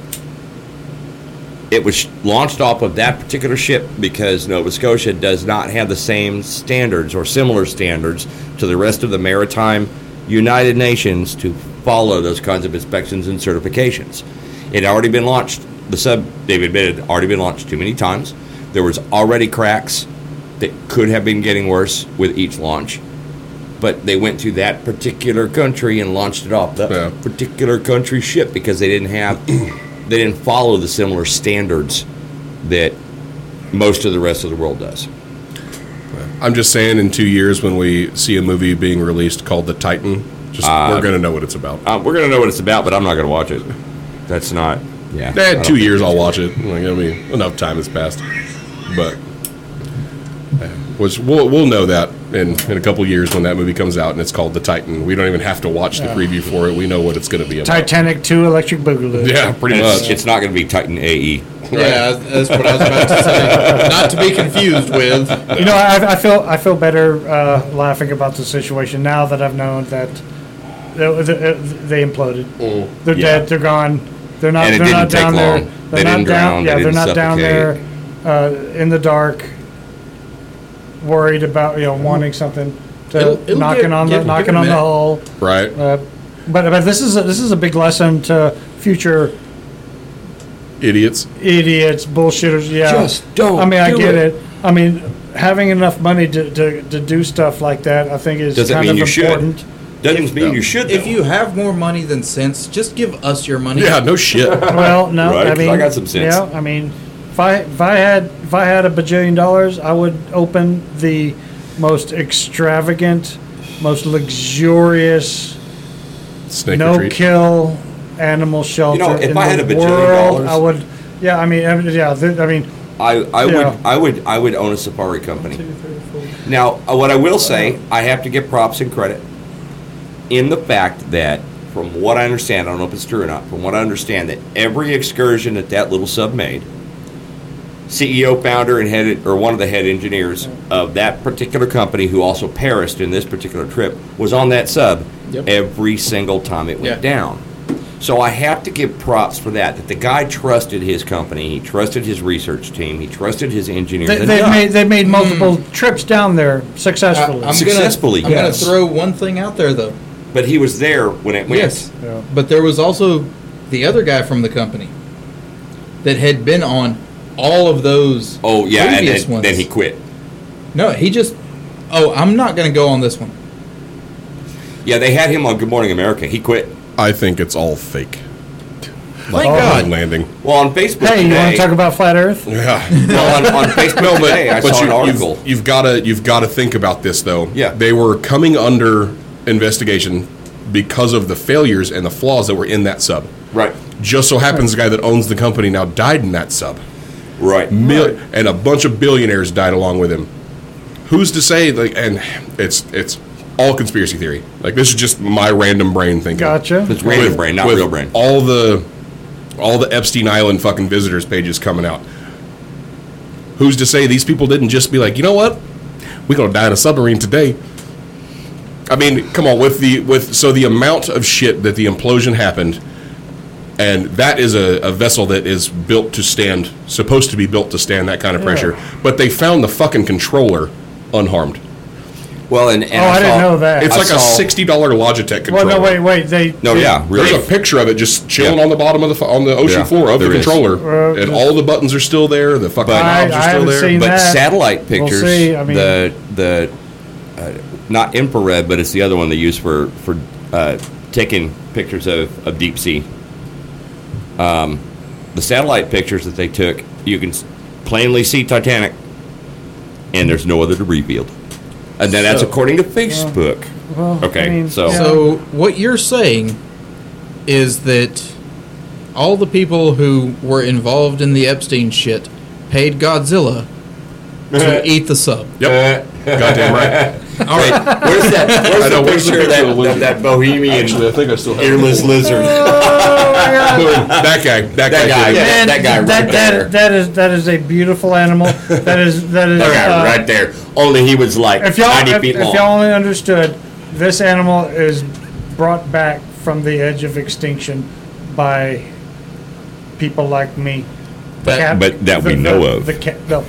it was launched off of that particular ship because Nova Scotia does not have the same standards or similar standards to the rest of the maritime United Nations to follow those kinds of inspections and certifications. It had already been launched. The sub, they've admitted, had already been launched too many times. There was already cracks that could have been getting worse with each launch. But they went to that particular country and launched it off that Yeah. particular country ship because they didn't have, they didn't follow the similar standards that most of the rest of the world does. I'm just saying. In two years, when we see a movie being released called The Titan, just Ah. we're gonna know what it's about. Uh, we're gonna know what it's about, but I'm not gonna watch it. That's not. Yeah. I Eh, don't two think- years, I'll watch it. Like, I mean, enough time has passed, but eh, which we'll we'll know that in in a couple years when that movie comes out and it's called The Titan. We don't even have to watch the preview for it. We know what it's going to be about. Titanic Two, Electric Boogaloo. Yeah, pretty And much. It's, it's not gonna be Titan E. AE. Yeah, that's what I was about to say. Not to be confused with. You know, I, I feel I feel better uh, laughing about the situation now that I've known that they, they- they imploded. They're Mm, Yeah. dead. They're gone. They're not. And it they're didn't not take down long. there. They They're not didn't drown, down. they Yeah, they're didn't not down there uh, in the dark, worried about you know wanting something to Mm. It'll- it'll knocking get- on the get- knocking get on the met. hull. right. Uh, but but this is a, this is a big lesson to future Idiots. idiots, bullshitters. Yeah, Just don't I mean, I do get it. it. I mean, having enough money to, to, to do stuff like that, I think is Doesn't kind mean of you important. should. Doesn't mean you should. If though. you have more money than sense, just give us your money. Yeah, no shit. Well, no, Right, I 'cause I mean, got some sense. Yeah, I mean, if I if I had if I had a bajillion dollars, I would open the most extravagant, most luxurious, Snake no retreat. kill animal shelter if in I the had a bajillion world. dollars- I would. Yeah, I mean, I mean, yeah, th- I mean, I, I Yeah. would I would I would own a safari company. Now, uh, what I will say, I have to give props and credit in the fact that, from what I understand, I don't know if it's true or not. From what I understand, that every excursion that that little sub made, CEO, founder, and head or one of the head engineers of that particular company, who also perished in this particular trip, was on that sub Yep. every single time it went Yeah. down. So I have to give props for that. That the guy trusted his company, he trusted his research team, he trusted his engineers. they, and they've done. made they've made Hmm. multiple trips down there I, successfully. am Successfully, gonna, I'm yes. gonna throw one thing out there though. but he was there when it went. Yes, Yeah. but there was also the other guy from the company that had been on all of those. Oh yeah, and previous then, ones. then he quit. No, he just. Oh, I'm not gonna go on this one. Yeah, they had him on Good Morning America. He quit. I think it's all fake. Like Thank Moon God. landing. Well, on Facebook Hey, you want today. to talk about flat Earth? Yeah. well, on, on Facebook No, but, today, I but saw you, an article. You've, you've gotta you've gotta think about this though. Yeah. They were coming under investigation because of the failures and the flaws that were in that sub. Right, Just so happens the guy that owns the company now died in that sub. right. Mil- and a bunch of billionaires died along with him. Who's to say? Like, and it's it's all conspiracy theory. Like this is just my random brain thinking. Gotcha. It's random brain, not with real brain. All the all the Epstein Island fucking visitors pages coming out. Who's to say these people didn't just be like, you know what? We're gonna die in a submarine today. I mean, come on, with the with so the amount of shit that the implosion happened, and that is a, a vessel that is built to stand, supposed to be built to stand that kind of pressure. But they found the fucking controller unharmed. Well, and, and Oh, I didn't saw- know that. It's I like saw- a sixty dollar Logitech Well, controller. no, wait, wait. They No, they- yeah, really. There's a picture of it just chilling Yeah. on the bottom of the fu- on the ocean Yeah, floor of the there is. controller, Uh, and just- all the buttons are still there. The fucking But- knobs I- are I still haven't there. seen but that. satellite We'll pictures, see, I mean- the the uh, not infrared, but it's the other one they use for for uh, taking pictures of, of deep sea. Um, the satellite pictures that they took, you can s- plainly see Titanic, and there's no other debris field, and then that's So- according to Facebook. well, I okay, mean, so- yeah. So what you're saying is that all the people who were involved in the Epstein shit paid Godzilla to eat the sub. Yep, goddamn right. All right. Where's that? Where's I know, the where's the picture of picture that, of the that, lizard? that bohemian Actually, I think I still have earless lizard? that guy. That, That guy, guy. yeah, did it. Man, that guy right that, that- there. that is that is a beautiful animal. That is that is. That uh, guy right there. Only he was like If y'all ninety if, feet if long. y'all only understood, this animal is brought back from the edge of extinction by people like me. But- but that we the- know the- of. the ca- no,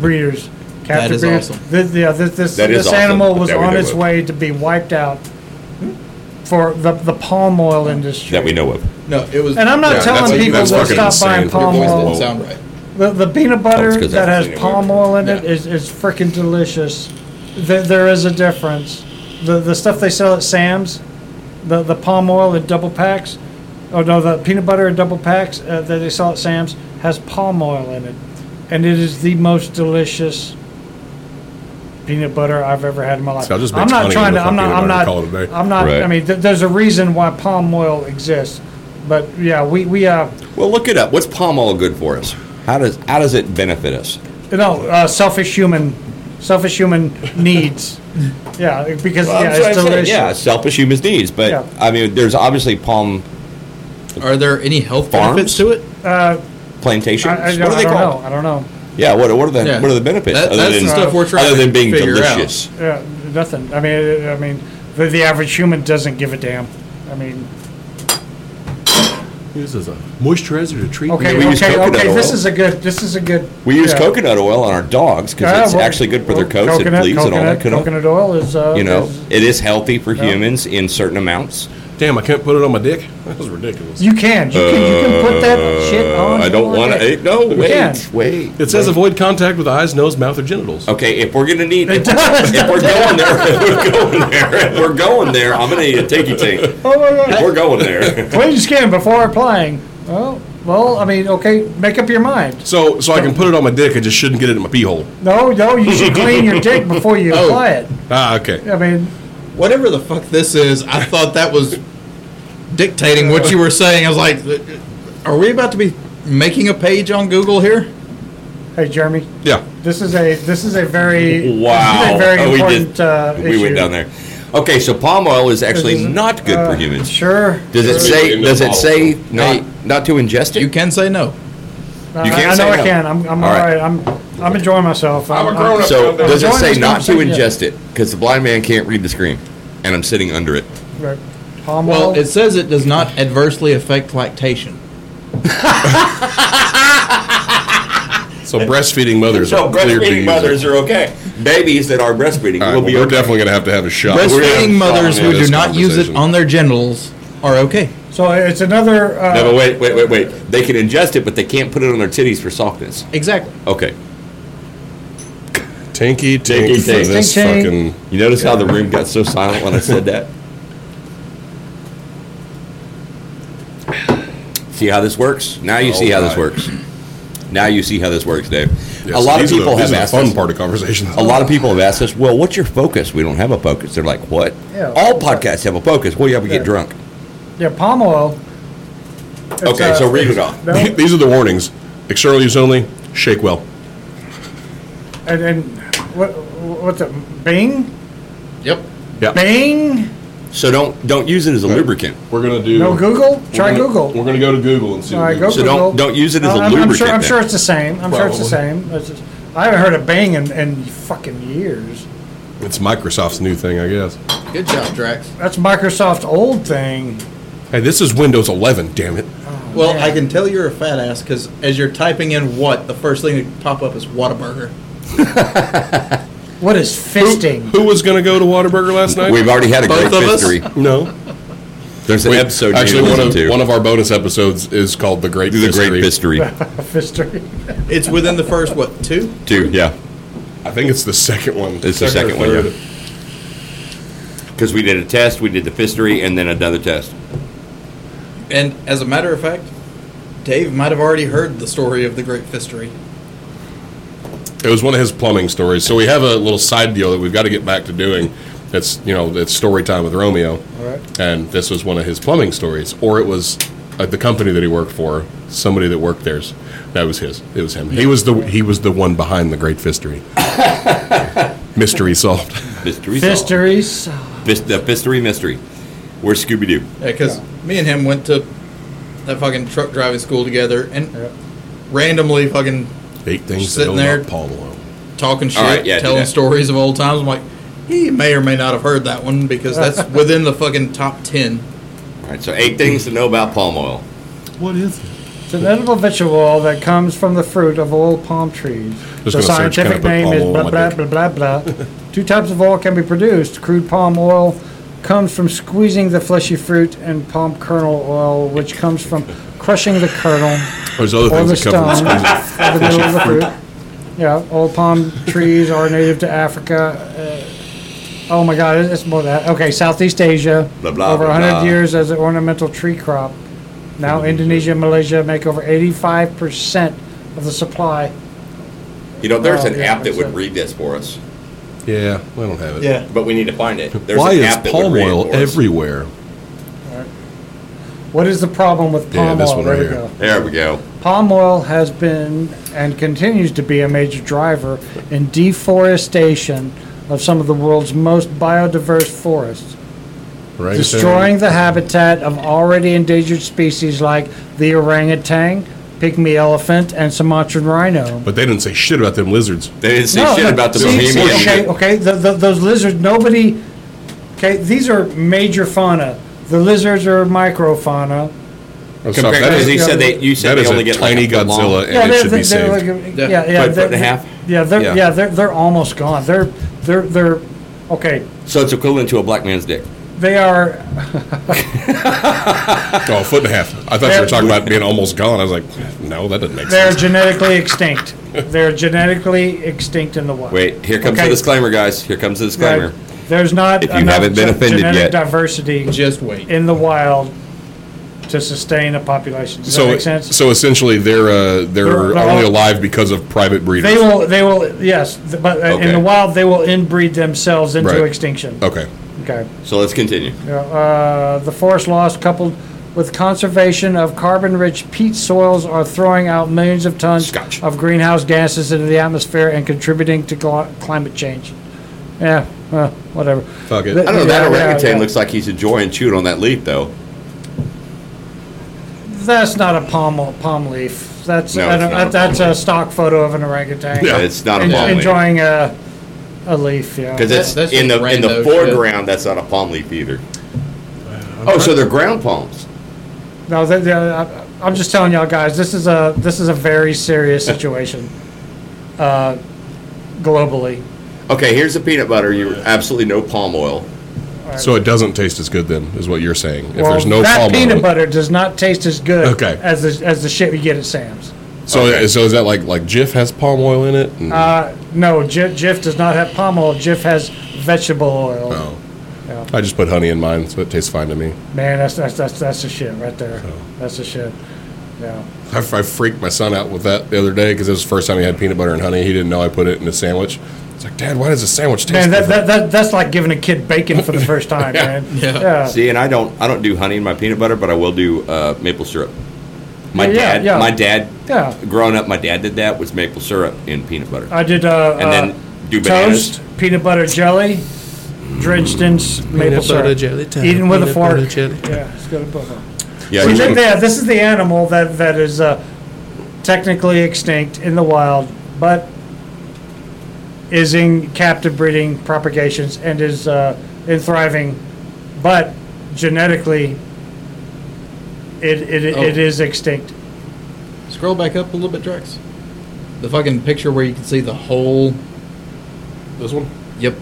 breeders. Captive is breeders. awesome. This, yeah, this this, That is this awesome, animal but was that we on know its of. way to be wiped out for the the palm oil industry. that we know of. No, it was. And I'm not Yeah, telling that's- people that's to fucking stop buying insane. palm Your voice oil. didn't sound right. The, the peanut butter 'cause that I has haven't seen it palm oil in it Yeah. is, is freaking delicious. There, there is a difference. The the stuff they sell at Sam's, the, the palm oil in double packs, oh no, the peanut butter in double packs uh, that they sell at Sam's has palm oil in it. And it is the most delicious peanut butter I've ever had in my life. So I'll just I'm mix not honey trying with my to, I'm not, peanut butter I'm not, and call it a day. I'm not, Right. I mean, th- there's a reason why palm oil exists. But yeah, we, we, uh, Well, look it up. What's palm oil good for us? How does how does it benefit us? No, uh, selfish human, selfish human needs. Yeah, because yeah, it's delicious. yeah, selfish human needs. But Yeah. I mean, there's obviously palm Are there any health Farms? benefits to it? plantations. I, I, what don't, are I they don't know. called? I don't know. Yeah, what, what are the Yeah. what are the benefits That- that's the stuff we're trying other than to being figure out. delicious? Yeah, nothing. I mean, it- I mean, the, the average human doesn't give a damn. I mean, This is a moisturizer to treat. okay, Yeah, we use okay, coconut okay. This oil. is a good. This is a good. We use yeah. coconut oil on our dogs because Yeah, it's well, actually good for their well, coats and fleas and all that. Coconut, Coconut, coconut oil is. Uh, you know, is- it is healthy for humans in certain amounts. Damn, I can't put it on my dick. That was ridiculous. you can. You can. You can put that shit on. Uh, I don't your want head. to. No, wait, can. wait. It says avoid contact with eyes, nose, mouth, or genitals. Okay, if we're gonna need, if, if we're going there, if we're going there, if we're going there, I'm gonna need a tinky tink. Oh my God. If we're going there. Clean skin before applying. Well, well, I mean, okay, make up your mind. So, so I can put it on my dick. I just shouldn't get it in my pee hole. No, no, you should clean your dick before you Oh. apply it. Ah, okay. I mean, Whatever the fuck this is, I thought that was dictating what you were saying. I was like, are we about to be making a page on Google here? hey, Jeremy, Yeah. this is a this is a very this is Wow. a very Oh, we important did- uh, We issue. went down there. Okay, so palm oil is actually This is- not good for uh, humans. Sure. Does it It's say? in the Does it bottle. say Hey. not not to ingest You it? can say no. I, can't I know say I no. can. I'm, I'm All all right. right. I'm I'm enjoying myself. I'm, a grown-up. So I'm does it enjoying say this not to conversation. ingest it? Because the blind man can't read the screen, and I'm sitting under it. Right. Palm Well, oil. it says it does not adversely affect lactation. So breastfeeding mothers are cleared to use it. are okay. Babies that are breastfeeding All right, will well, be we're okay. definitely gonna have to have a shot. We're gonna have Breastfeeding to mothers follow who do this not use it conversation. on their genitals are okay. so it's another. Uh, No, but wait, wait, wait, wait. They can ingest it, but they can't put it on their titties for softness. Exactly. Okay. Tinky tink Tinky for tink. this Tink fucking. tink. You notice how the room got so silent when I said that? See how this works? Now you see how this Alright. works. Now you see how this works, Dave. Yeah, a so lot of these are the- people these have are the asked fun us, part of conversation. a lot of people have asked us, well, what's your focus? We don't have a focus. They're like, what? Yeah. All podcasts have a focus. Well, yeah, we Yeah. get drunk. yeah, palm oil. It's, Okay, uh, so read it off. no, These are the warnings: external use only. Shake well. and, and what what's it? Bing. Yep. Yep. Bing. So don't don't use it as a Right. lubricant. We're gonna do. No Google. we're Try gonna- Google. We're gonna go to Google and see. All what right, go Google So says. don't- Google. don't use it as a I'm- I'm sure, lubricant I'm then. sure it's the same. I'm sure it's the Probably. same. It's just- I haven't heard of Bing in, in fucking years. It's Microsoft's new thing, I guess. Good job, Drax. That's Microsoft's old thing. Hey, this is Windows 11. Damn it. Well, I can tell you're a fat ass because as you're typing in what, the first thing that pop up is Whataburger. What is fisting? Who was gonna go to Whataburger last night? We've already had a Both great of us? history. No. There's an episode actually, you one listen of to. one of our bonus episodes is called the Great the Mystery. great history Fistery. It's within the first, what, two? too. Yeah, I think it's the second one. It's the or second one, yeah. third. because we did a test, we did the fistery, and then another test. And as a matter of fact, Dave might have already heard the story of the Great Fistery. It was one of his plumbing stories. So we have a little side deal that we've got to get back to doing. It's you know it's story time with Romeo, Alright. and this was one of his plumbing stories, or it was uh, the company that he worked for, somebody that worked theirs. That was his. It was him. He was the he was the one behind the great fistery. Mystery solved. Mystery. solved. Fisteries. Fist, the fistery mystery. We're Scooby Doo. Because me and him went to that fucking truck driving school together and Yep. randomly fucking Eight things that Sitting don't there. knock Paul Malone. talking shit, right, yeah, do telling that. stories of old times. I'm like, he may or may not have heard that one because that's within the fucking top 10. All right, so eight things to know about palm oil. What is it? It's an edible vegetable that comes from the fruit of oil palm trees. Just the gonna search, can I scientific put name palm is oil blah on blah, my blah blah blah Two types of oil can be produced. Crude palm oil comes from squeezing the fleshy fruit, and palm kernel oil, which comes from crushing the kernel There's other or the things that come stone from this. of the middle of the fruit. Yeah, oil palm trees are native to Africa. Uh, oh my God, it- it's more than that. Okay, Southeast Asia. Blah, blah, over blah, 100 blah. years as an ornamental tree crop. Now Indonesia and Malaysia make over 85% of the supply. You know, there's Oh, an yeah, app that would exactly. read this for us, Yeah, we don't have it. but we need to find it. There's Why an is app that would palm read it oil for us. everywhere? What is the problem with Yeah, palm this oil? one There right we here. go. There we go. Palm oil has been and continues to be a major driver in deforestation of some of the world's most biodiverse forests. Right. destroying the habitat of already endangered species like the orangutan, pygmy elephant, and Sumatran rhino. But they didn't say shit about them lizards. They didn't say shit about the see- see, Bohemian. Okay, okay the, the, those lizards, nobody. Okay, these are major fauna. The lizards are microfauna. Oh, stop. Compared, That because is- he yeah, said they, you said That they is only a get like tiny a foot long. Godzilla, and they're- it should be they're saved. like- Yeah. yeah, yeah, Foot, foot they're- and a half? Yeah, they're Yeah. yeah, they're they're almost gone. They're they're they're okay. So it's equivalent to a black man's dick. They are Oh, a foot and a half. I thought you were talking about being almost gone. I was like, no, that doesn't make they're sense. genetically extinct. They're genetically extinct in the wild. Wait, here comes Okay. the disclaimer, guys. Here comes the Right. disclaimer. There's not If you enough haven't been ge- offended genetic yet. diversity Just wait. in the wild to sustain a population. Does that So, make sense? so essentially, they're uh, they're, They're- they're only all- alive because of private breeders. they will. They will. Yes, th- but uh, in Okay. Oh. the wild, they will inbreed themselves into Right. extinction. okay, Okay. So let's continue. Yeah, uh, the forest loss coupled with conservation of carbon-rich peat soils are throwing out millions of tons Scotch. of greenhouse gases into the atmosphere and contributing to gl- climate change. Yeah. Uh, whatever. fuck it. The- I don't know. Yeah, That yeah, orangutan yeah. looks like he's enjoying chewing on that leaf, though. That's not a palm palm leaf. That's No, I it's don't- not a that's palm a leaf. stock photo of an orangutan. Yeah, it's not a En- palm leaf. enjoying a a leaf. Yeah. Because it's That's- that's in just the in the rando shit. foreground. That's not a palm leaf either. Oh, so they're ground palms. no, that, yeah, I, I'm just telling y'all guys. This is a this is a very serious situation. uh, globally. Okay, here's the peanut butter. You absolutely no palm oil. So it doesn't taste as good then, is what you're saying? If well, there's no that palm peanut oil, butter does not taste as good Okay. as the, as the shit we get at Sam's. so so is that like like Jif has palm oil in it? And- Uh, no, Jif, Jif does not have palm oil. Jif has vegetable oil. oh, Yeah. I just put honey in mine, so it tastes fine to me. Man, that's that's that's that's the shit right there. That's the shit. Yeah. I, I freaked my son out with that the other day because it was the first time he had peanut butter and honey. He didn't know I put it in a sandwich. It's like, Dad, why does a sandwich taste? Man, that, different? that, that that's like giving a kid bacon for the first time, man. Yeah. See, and I don't I don't do honey in my peanut butter, but I will do uh, maple syrup. My Yeah, yeah, dad, yeah. my dad, Yeah. growing up, my dad did that was maple syrup in peanut butter, I did uh, and uh, then do bananas. toast, peanut butter jelly, drenched in s- maple Peanut syrup. butter jelly time, Eaten with a peanut butter fork. jelly. Yeah, it's good. blah, blah. Yeah, We you- think that this is the animal that, that is uh, technically extinct in the wild, but is in captive breeding propagations and is uh, in thriving, but genetically, it, it, it Oh. is extinct. Scroll back up a little bit, Drex. The fucking picture where you can see the whole. This one? Yep.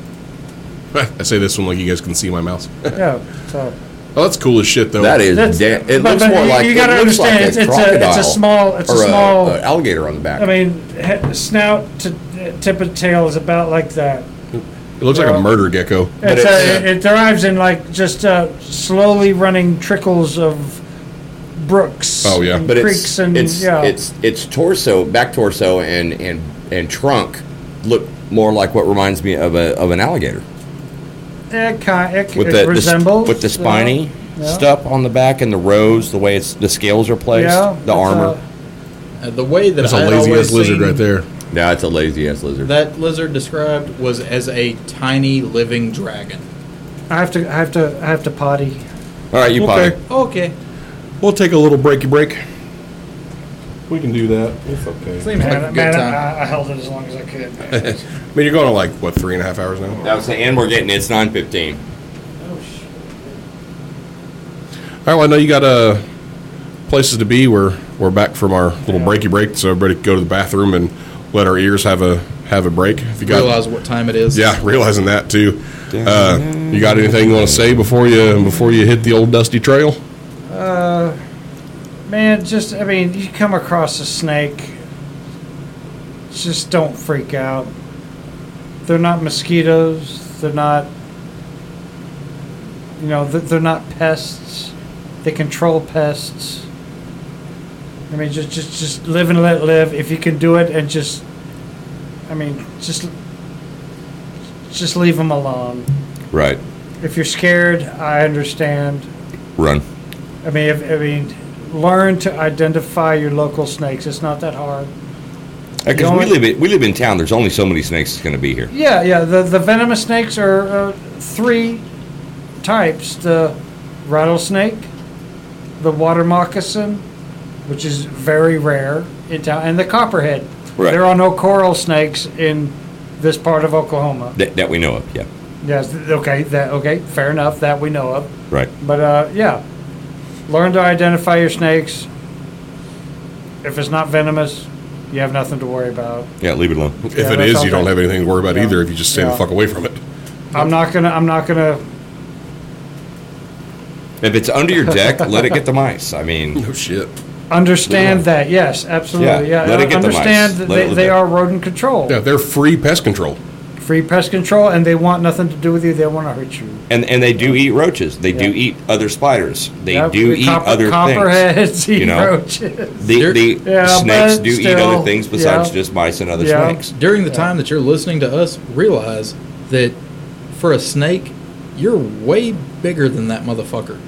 I say this one like you guys can see my mouse. Yeah, so. Oh, that's cool as shit though. that is. That's- Da- it but- looks but more you- like you it gotta looks like understand, it's- a it's a- it's a crocodile small- it's a or small- a alligator on the back. I mean, he- snout to tip of tail is about like that. It looks like a murder gecko. But It's, it's- uh, it derives in like just uh, slowly running trickles of brooks. Oh, yeah. and but creeks it's and it's yeah. it's its torso, back torso, and and and trunk look more like what reminds me of a of an alligator it kind it, with it the, the s- resembles with the yeah. spiny yeah. stuff on the back and the rows, the way it's the scales are placed, Yeah, it's, the armor. uh, Uh, the way that That's I a had lazy always ass lizard seen right there. Yeah, it's a lazy ass lizard. That lizard described was as a tiny living dragon. I have to I have to I have to potty. All right, you Okay. okay. Okay. We'll take a little breaky break. We can do that. It's okay. Seems like a Man, good man time. I, I held it as long as I could. man. I mean, you're going to like what three and a half hours now. That was the and we're getting it's nine fifteen. Oh, All right. Well, I know you got uh, places to be. We're we're back from our little breaky break, so everybody go to the bathroom and let our ears have a have a break. If you got Realize what time it is. yeah, realizing that too. Uh, you got anything you want to say before you before you hit the old dusty trail? Uh, Man, just I mean, you come across a snake, just don't freak out. They're not mosquitoes. They're not, you know, th- they're not pests. They control pests. I mean, just just just live and let live. If you can do it, and just, I mean, just just leave them alone. Right, If you're scared, I understand. run. I mean, if, I mean, learn to identify your local snakes. It's not that hard. Because You Uh, we only- live in, we live in town. There's only so many snakes that's going to be here. Yeah, yeah. The the venomous snakes are uh, three types: the rattlesnake, the water moccasin, which is very rare in town, and the copperhead. Right. There are no coral snakes in this part of Oklahoma. That, that we know of. Yeah, Yes. th- Okay. That okay. Fair enough. That we know of. right. But uh, yeah, learn to identify your snakes. If it's not venomous, you have nothing to worry about. Yeah, leave it alone. If Yeah, it that's is, all you don't right. have anything to worry about Yeah. either. If you just stay the Yeah. fuck away from it. I'm not gonna. I'm not gonna. If it's under your deck, let it get the mice. I mean, No shit. Understand that. Yes, absolutely. Yeah, Yeah. let it get the mice. understand that Let they, it- they are rodent control. Yeah, they're free pest control. Free pest control, and they want nothing to do with you. They want to hurt you. and and they do eat roaches. They do Yeah. eat other spiders. They Yep, do the eat copper- other things. Copperheads eat you know? roaches. The, the Yeah, snakes but do eat still, other things besides yeah. just mice and other Yeah. snakes. During the time that you're listening to us, realize that for a snake, you're way bigger than that motherfucker.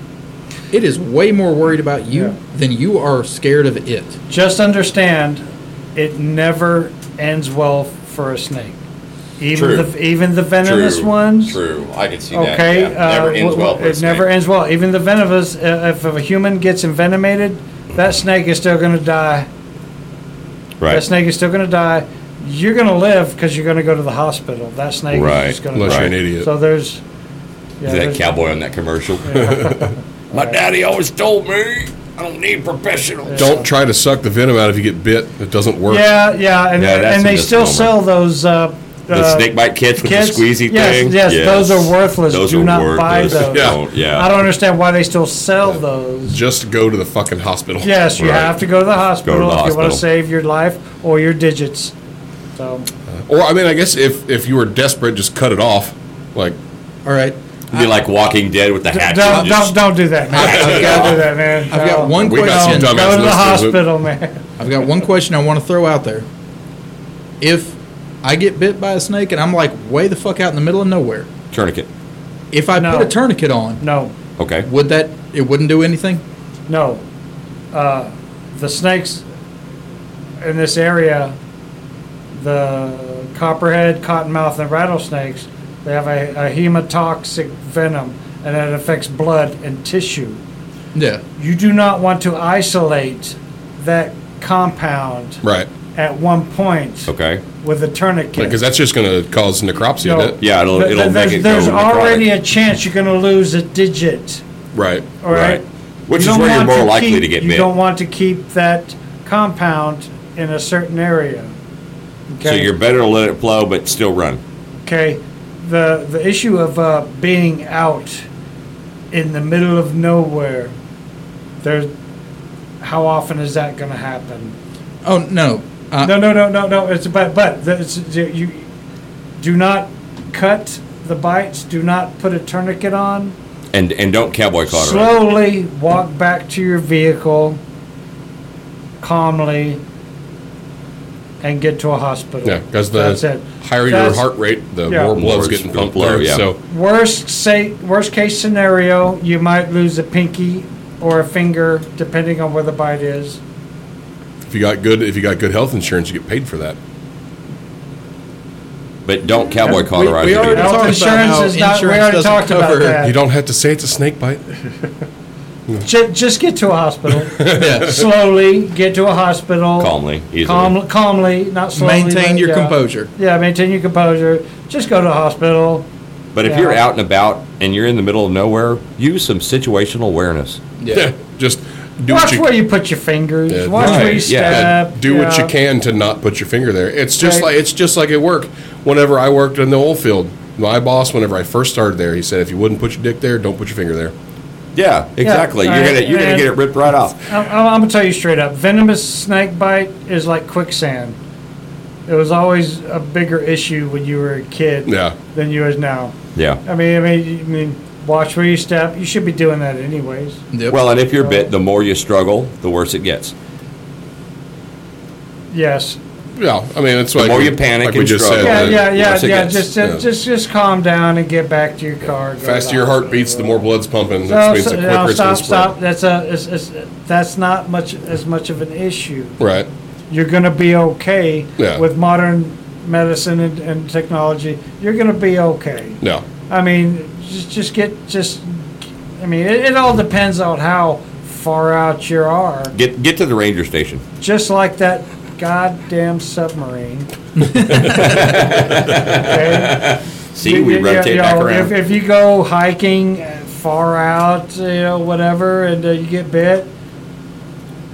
It is way more worried about you Yeah. than you are scared of it. Just understand, it never ends well for a snake. Even True. the even the venomous ones. True, I can see Okay. uh, wh- wh- for a It never snake. ends well. Even the venomous, uh, if a human gets envenomated, that snake is still going to die. That Right. snake is still going to die. You're going to live because you're going to go to the hospital. That snake Right, is just going to Unless die. you're an Right. idiot. So there's. Yeah, that there's- cowboy on that commercial. My daddy always told me I don't need professionals. Don't try to suck the venom out if you get bit. It doesn't work. yeah, yeah, and, Yeah, that's and a they still misnomer. sell those. Uh, The uh, snake bite kits with kits? the squeezy Yes, thing. yes, those Uh, are worthless. Do not buy those. Oh, Yeah. Don't, yeah. I don't understand why they still sell those. Just go to the fucking hospital. Yes, you Right. have to go to the hospital if you want hospital. to save your life or your digits. So Or I mean, I guess if if you were desperate, just cut it off. Like All right. It'd be like Walking Dead with the hatchet. don't, just- don't, don't do that, man. don't do that, man. I've got No. one we got some question. dumbass Go to the listeners that- hospital, man. I've got one question I want to throw out there. If I get bit by a snake and I'm like way the fuck out in the middle of nowhere, Tourniquet. if I No. put a tourniquet on, No, Okay. would that it wouldn't do anything? no. Uh, the snakes in this area, the copperhead, cottonmouth, and rattlesnakes They have a, a hemotoxic venom, and that affects blood and tissue. Yeah. You do not want to isolate that compound Right. at one point Okay. with a tourniquet. Because that's just going to cause necropsy, isn't No. it? Yeah, it'll, But it'll there's, make it there's go already necrotic. a chance you're going to lose a digit. Right. All right. Which You is don't where you're want more likely keep- to get you bit. don't want to keep that compound in a certain area. Okay. So you're better to let it flow, but still run. okay. The the issue of uh, being out in the middle of nowhere. There, how often is that going to happen? Oh no. Uh, No, no, no, no, no. It's but but the- it's, you do not cut the bites. Do not put a tourniquet on. And and don't cowboy caught it. Slowly walk back to your vehicle calmly and get to a hospital. Yeah. Because That's the it. higher your That's- heart rate, the yeah. more blood's More getting blood pumped flow, through. yeah. So Worst say worst case scenario, you might lose a pinky or a finger depending on where the bite is. if you got good, if you got good health insurance, you get paid for that. But don't cowboy We- cauterize we it already either. talked Health about insurance how is not we insurance already doesn't talked about cover- You that. don't have to say it's a snake bite. Mm. Ju- just get to a hospital. yeah. slowly, get to a hospital. Calmly, easily. Calm, calmly, not slowly. Maintain but- your yeah. composure. Yeah, maintain your composure. Just go to the hospital. But if Yeah. you're out and about and you're in the middle of nowhere, use some situational awareness. Yeah. Yeah. Just do Watch what you where you put your fingers. Yeah, Watch where you right, yeah. step. do what yeah. you can to not put your finger there. It's just Right. like it's just like at work. Whenever I worked in the oil field, my boss, whenever I first started there, he said, "If you wouldn't put your dick there, don't put your finger there." Yeah, exactly. I- you're gonna you're gonna and- get it ripped right off. I'm, I'm gonna tell you straight up. Venomous snake bite is like quicksand. It was always a bigger issue when you were a kid Yeah. than you is now. Yeah. I mean, I mean, I mean, watch where you step. You should be doing that anyways. Yep. Well, and if you're bit, the more you struggle, the worse it gets. Yes. Yeah, I mean it's like more you panic like we and just said, struggle, Yeah, Uh, yeah, yeah, once it yeah. gets- Just, yeah. just, just calm down and get back to your car. the faster your heart beats, the more blood's pumping. That No, means the so- quicker no, it's stop, going to spread. stop. That's a, it's, it's, that's not much as much of an issue. Right. You're going to be okay Yeah. with modern medicine and, and technology. You're going to be okay. No. I mean, just, just get, just, I mean, it, it all depends on how far out you are. Get get to the ranger station. Just like that goddamn submarine. okay? See, You- we you- you- rotate you back know, around. If, if you go hiking uh, far out, you know, whatever, and uh, you get bit,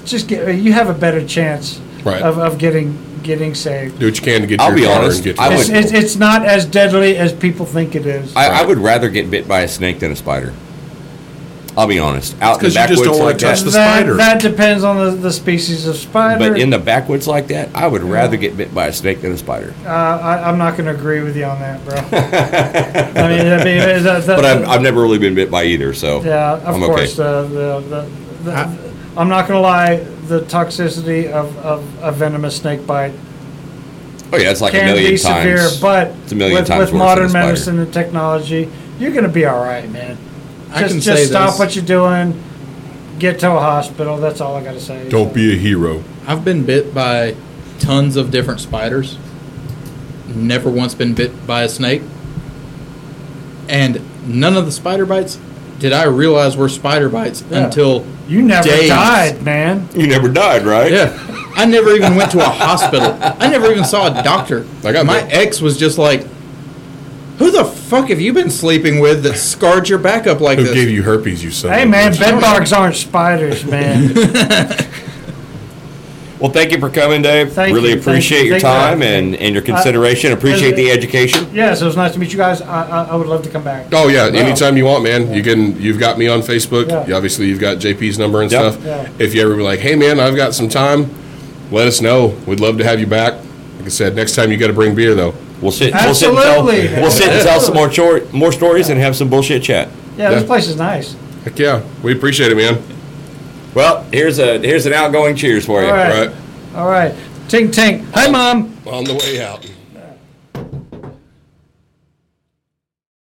just get uh, you have a better chance Right. of, of getting getting saved. Do what you can to get I'll your be car honest, and get I your- would- It's, it's, it's not as deadly as people think it is. I, I would rather get bit by a snake than a spider. I'll be honest. Out in the 'cause you just backwoods don't wanna like touch that, the that, spider. that depends on the, the species of spider. but in the backwoods like that, I would rather get bit by a snake than a spider. uh, I, I'm not going to agree with you on that, bro. I mean, I mean, uh, the- the- But I've, I've never really been bit by either, so Yeah, uh, of I'm course. okay. The, the, the, the, I'm not going to lie, the toxicity of, of a venomous snake bite Oh yeah, it's like a can million be severe, times. but It's a million with, times worse than with a modern spider. medicine and technology, you're going to be all right, man. Just, I can just say stop this. what you're doing, get to a hospital. That's all I got to say. Don't be a hero. I've been bit by tons of different spiders. Never once been bit by a snake. And none of the spider bites did I realize were spider bites Yeah. until You never days. died, man. you never died, right? Yeah. I never even went to a hospital. I never even saw a doctor. I got My bit. ex was just like, "Who the fuck have you been sleeping with that scarred your back up like Who this?" gave you herpes, you son? Hey, of a man, bitch? bed bugs aren't spiders, man. Well, thank you for coming, Dave. Thank really you, thank appreciate you, your thank you. time and, and Uh, your consideration. appreciate the education. yeah, so it was nice to meet you guys. I, I, I would love to come back. Oh yeah, anytime you want, man. You can. You've got me on Facebook. Yeah. You- obviously, you've got JP's number and Yep. stuff. Yeah. If you ever be like, hey man, I've got some time, let us know. We'd love to have you back. Like I said, next time you got to bring beer though. We'll sit. We'll sit, and tell, Absolutely. we'll sit and tell some more chor- more stories and have some bullshit chat. Yeah, this Yeah. place is nice. Heck yeah, we appreciate it, man. Well, here's a here's an outgoing cheers for you. All right. Right All right. Tink, tink. Hi, Mom. on the way out.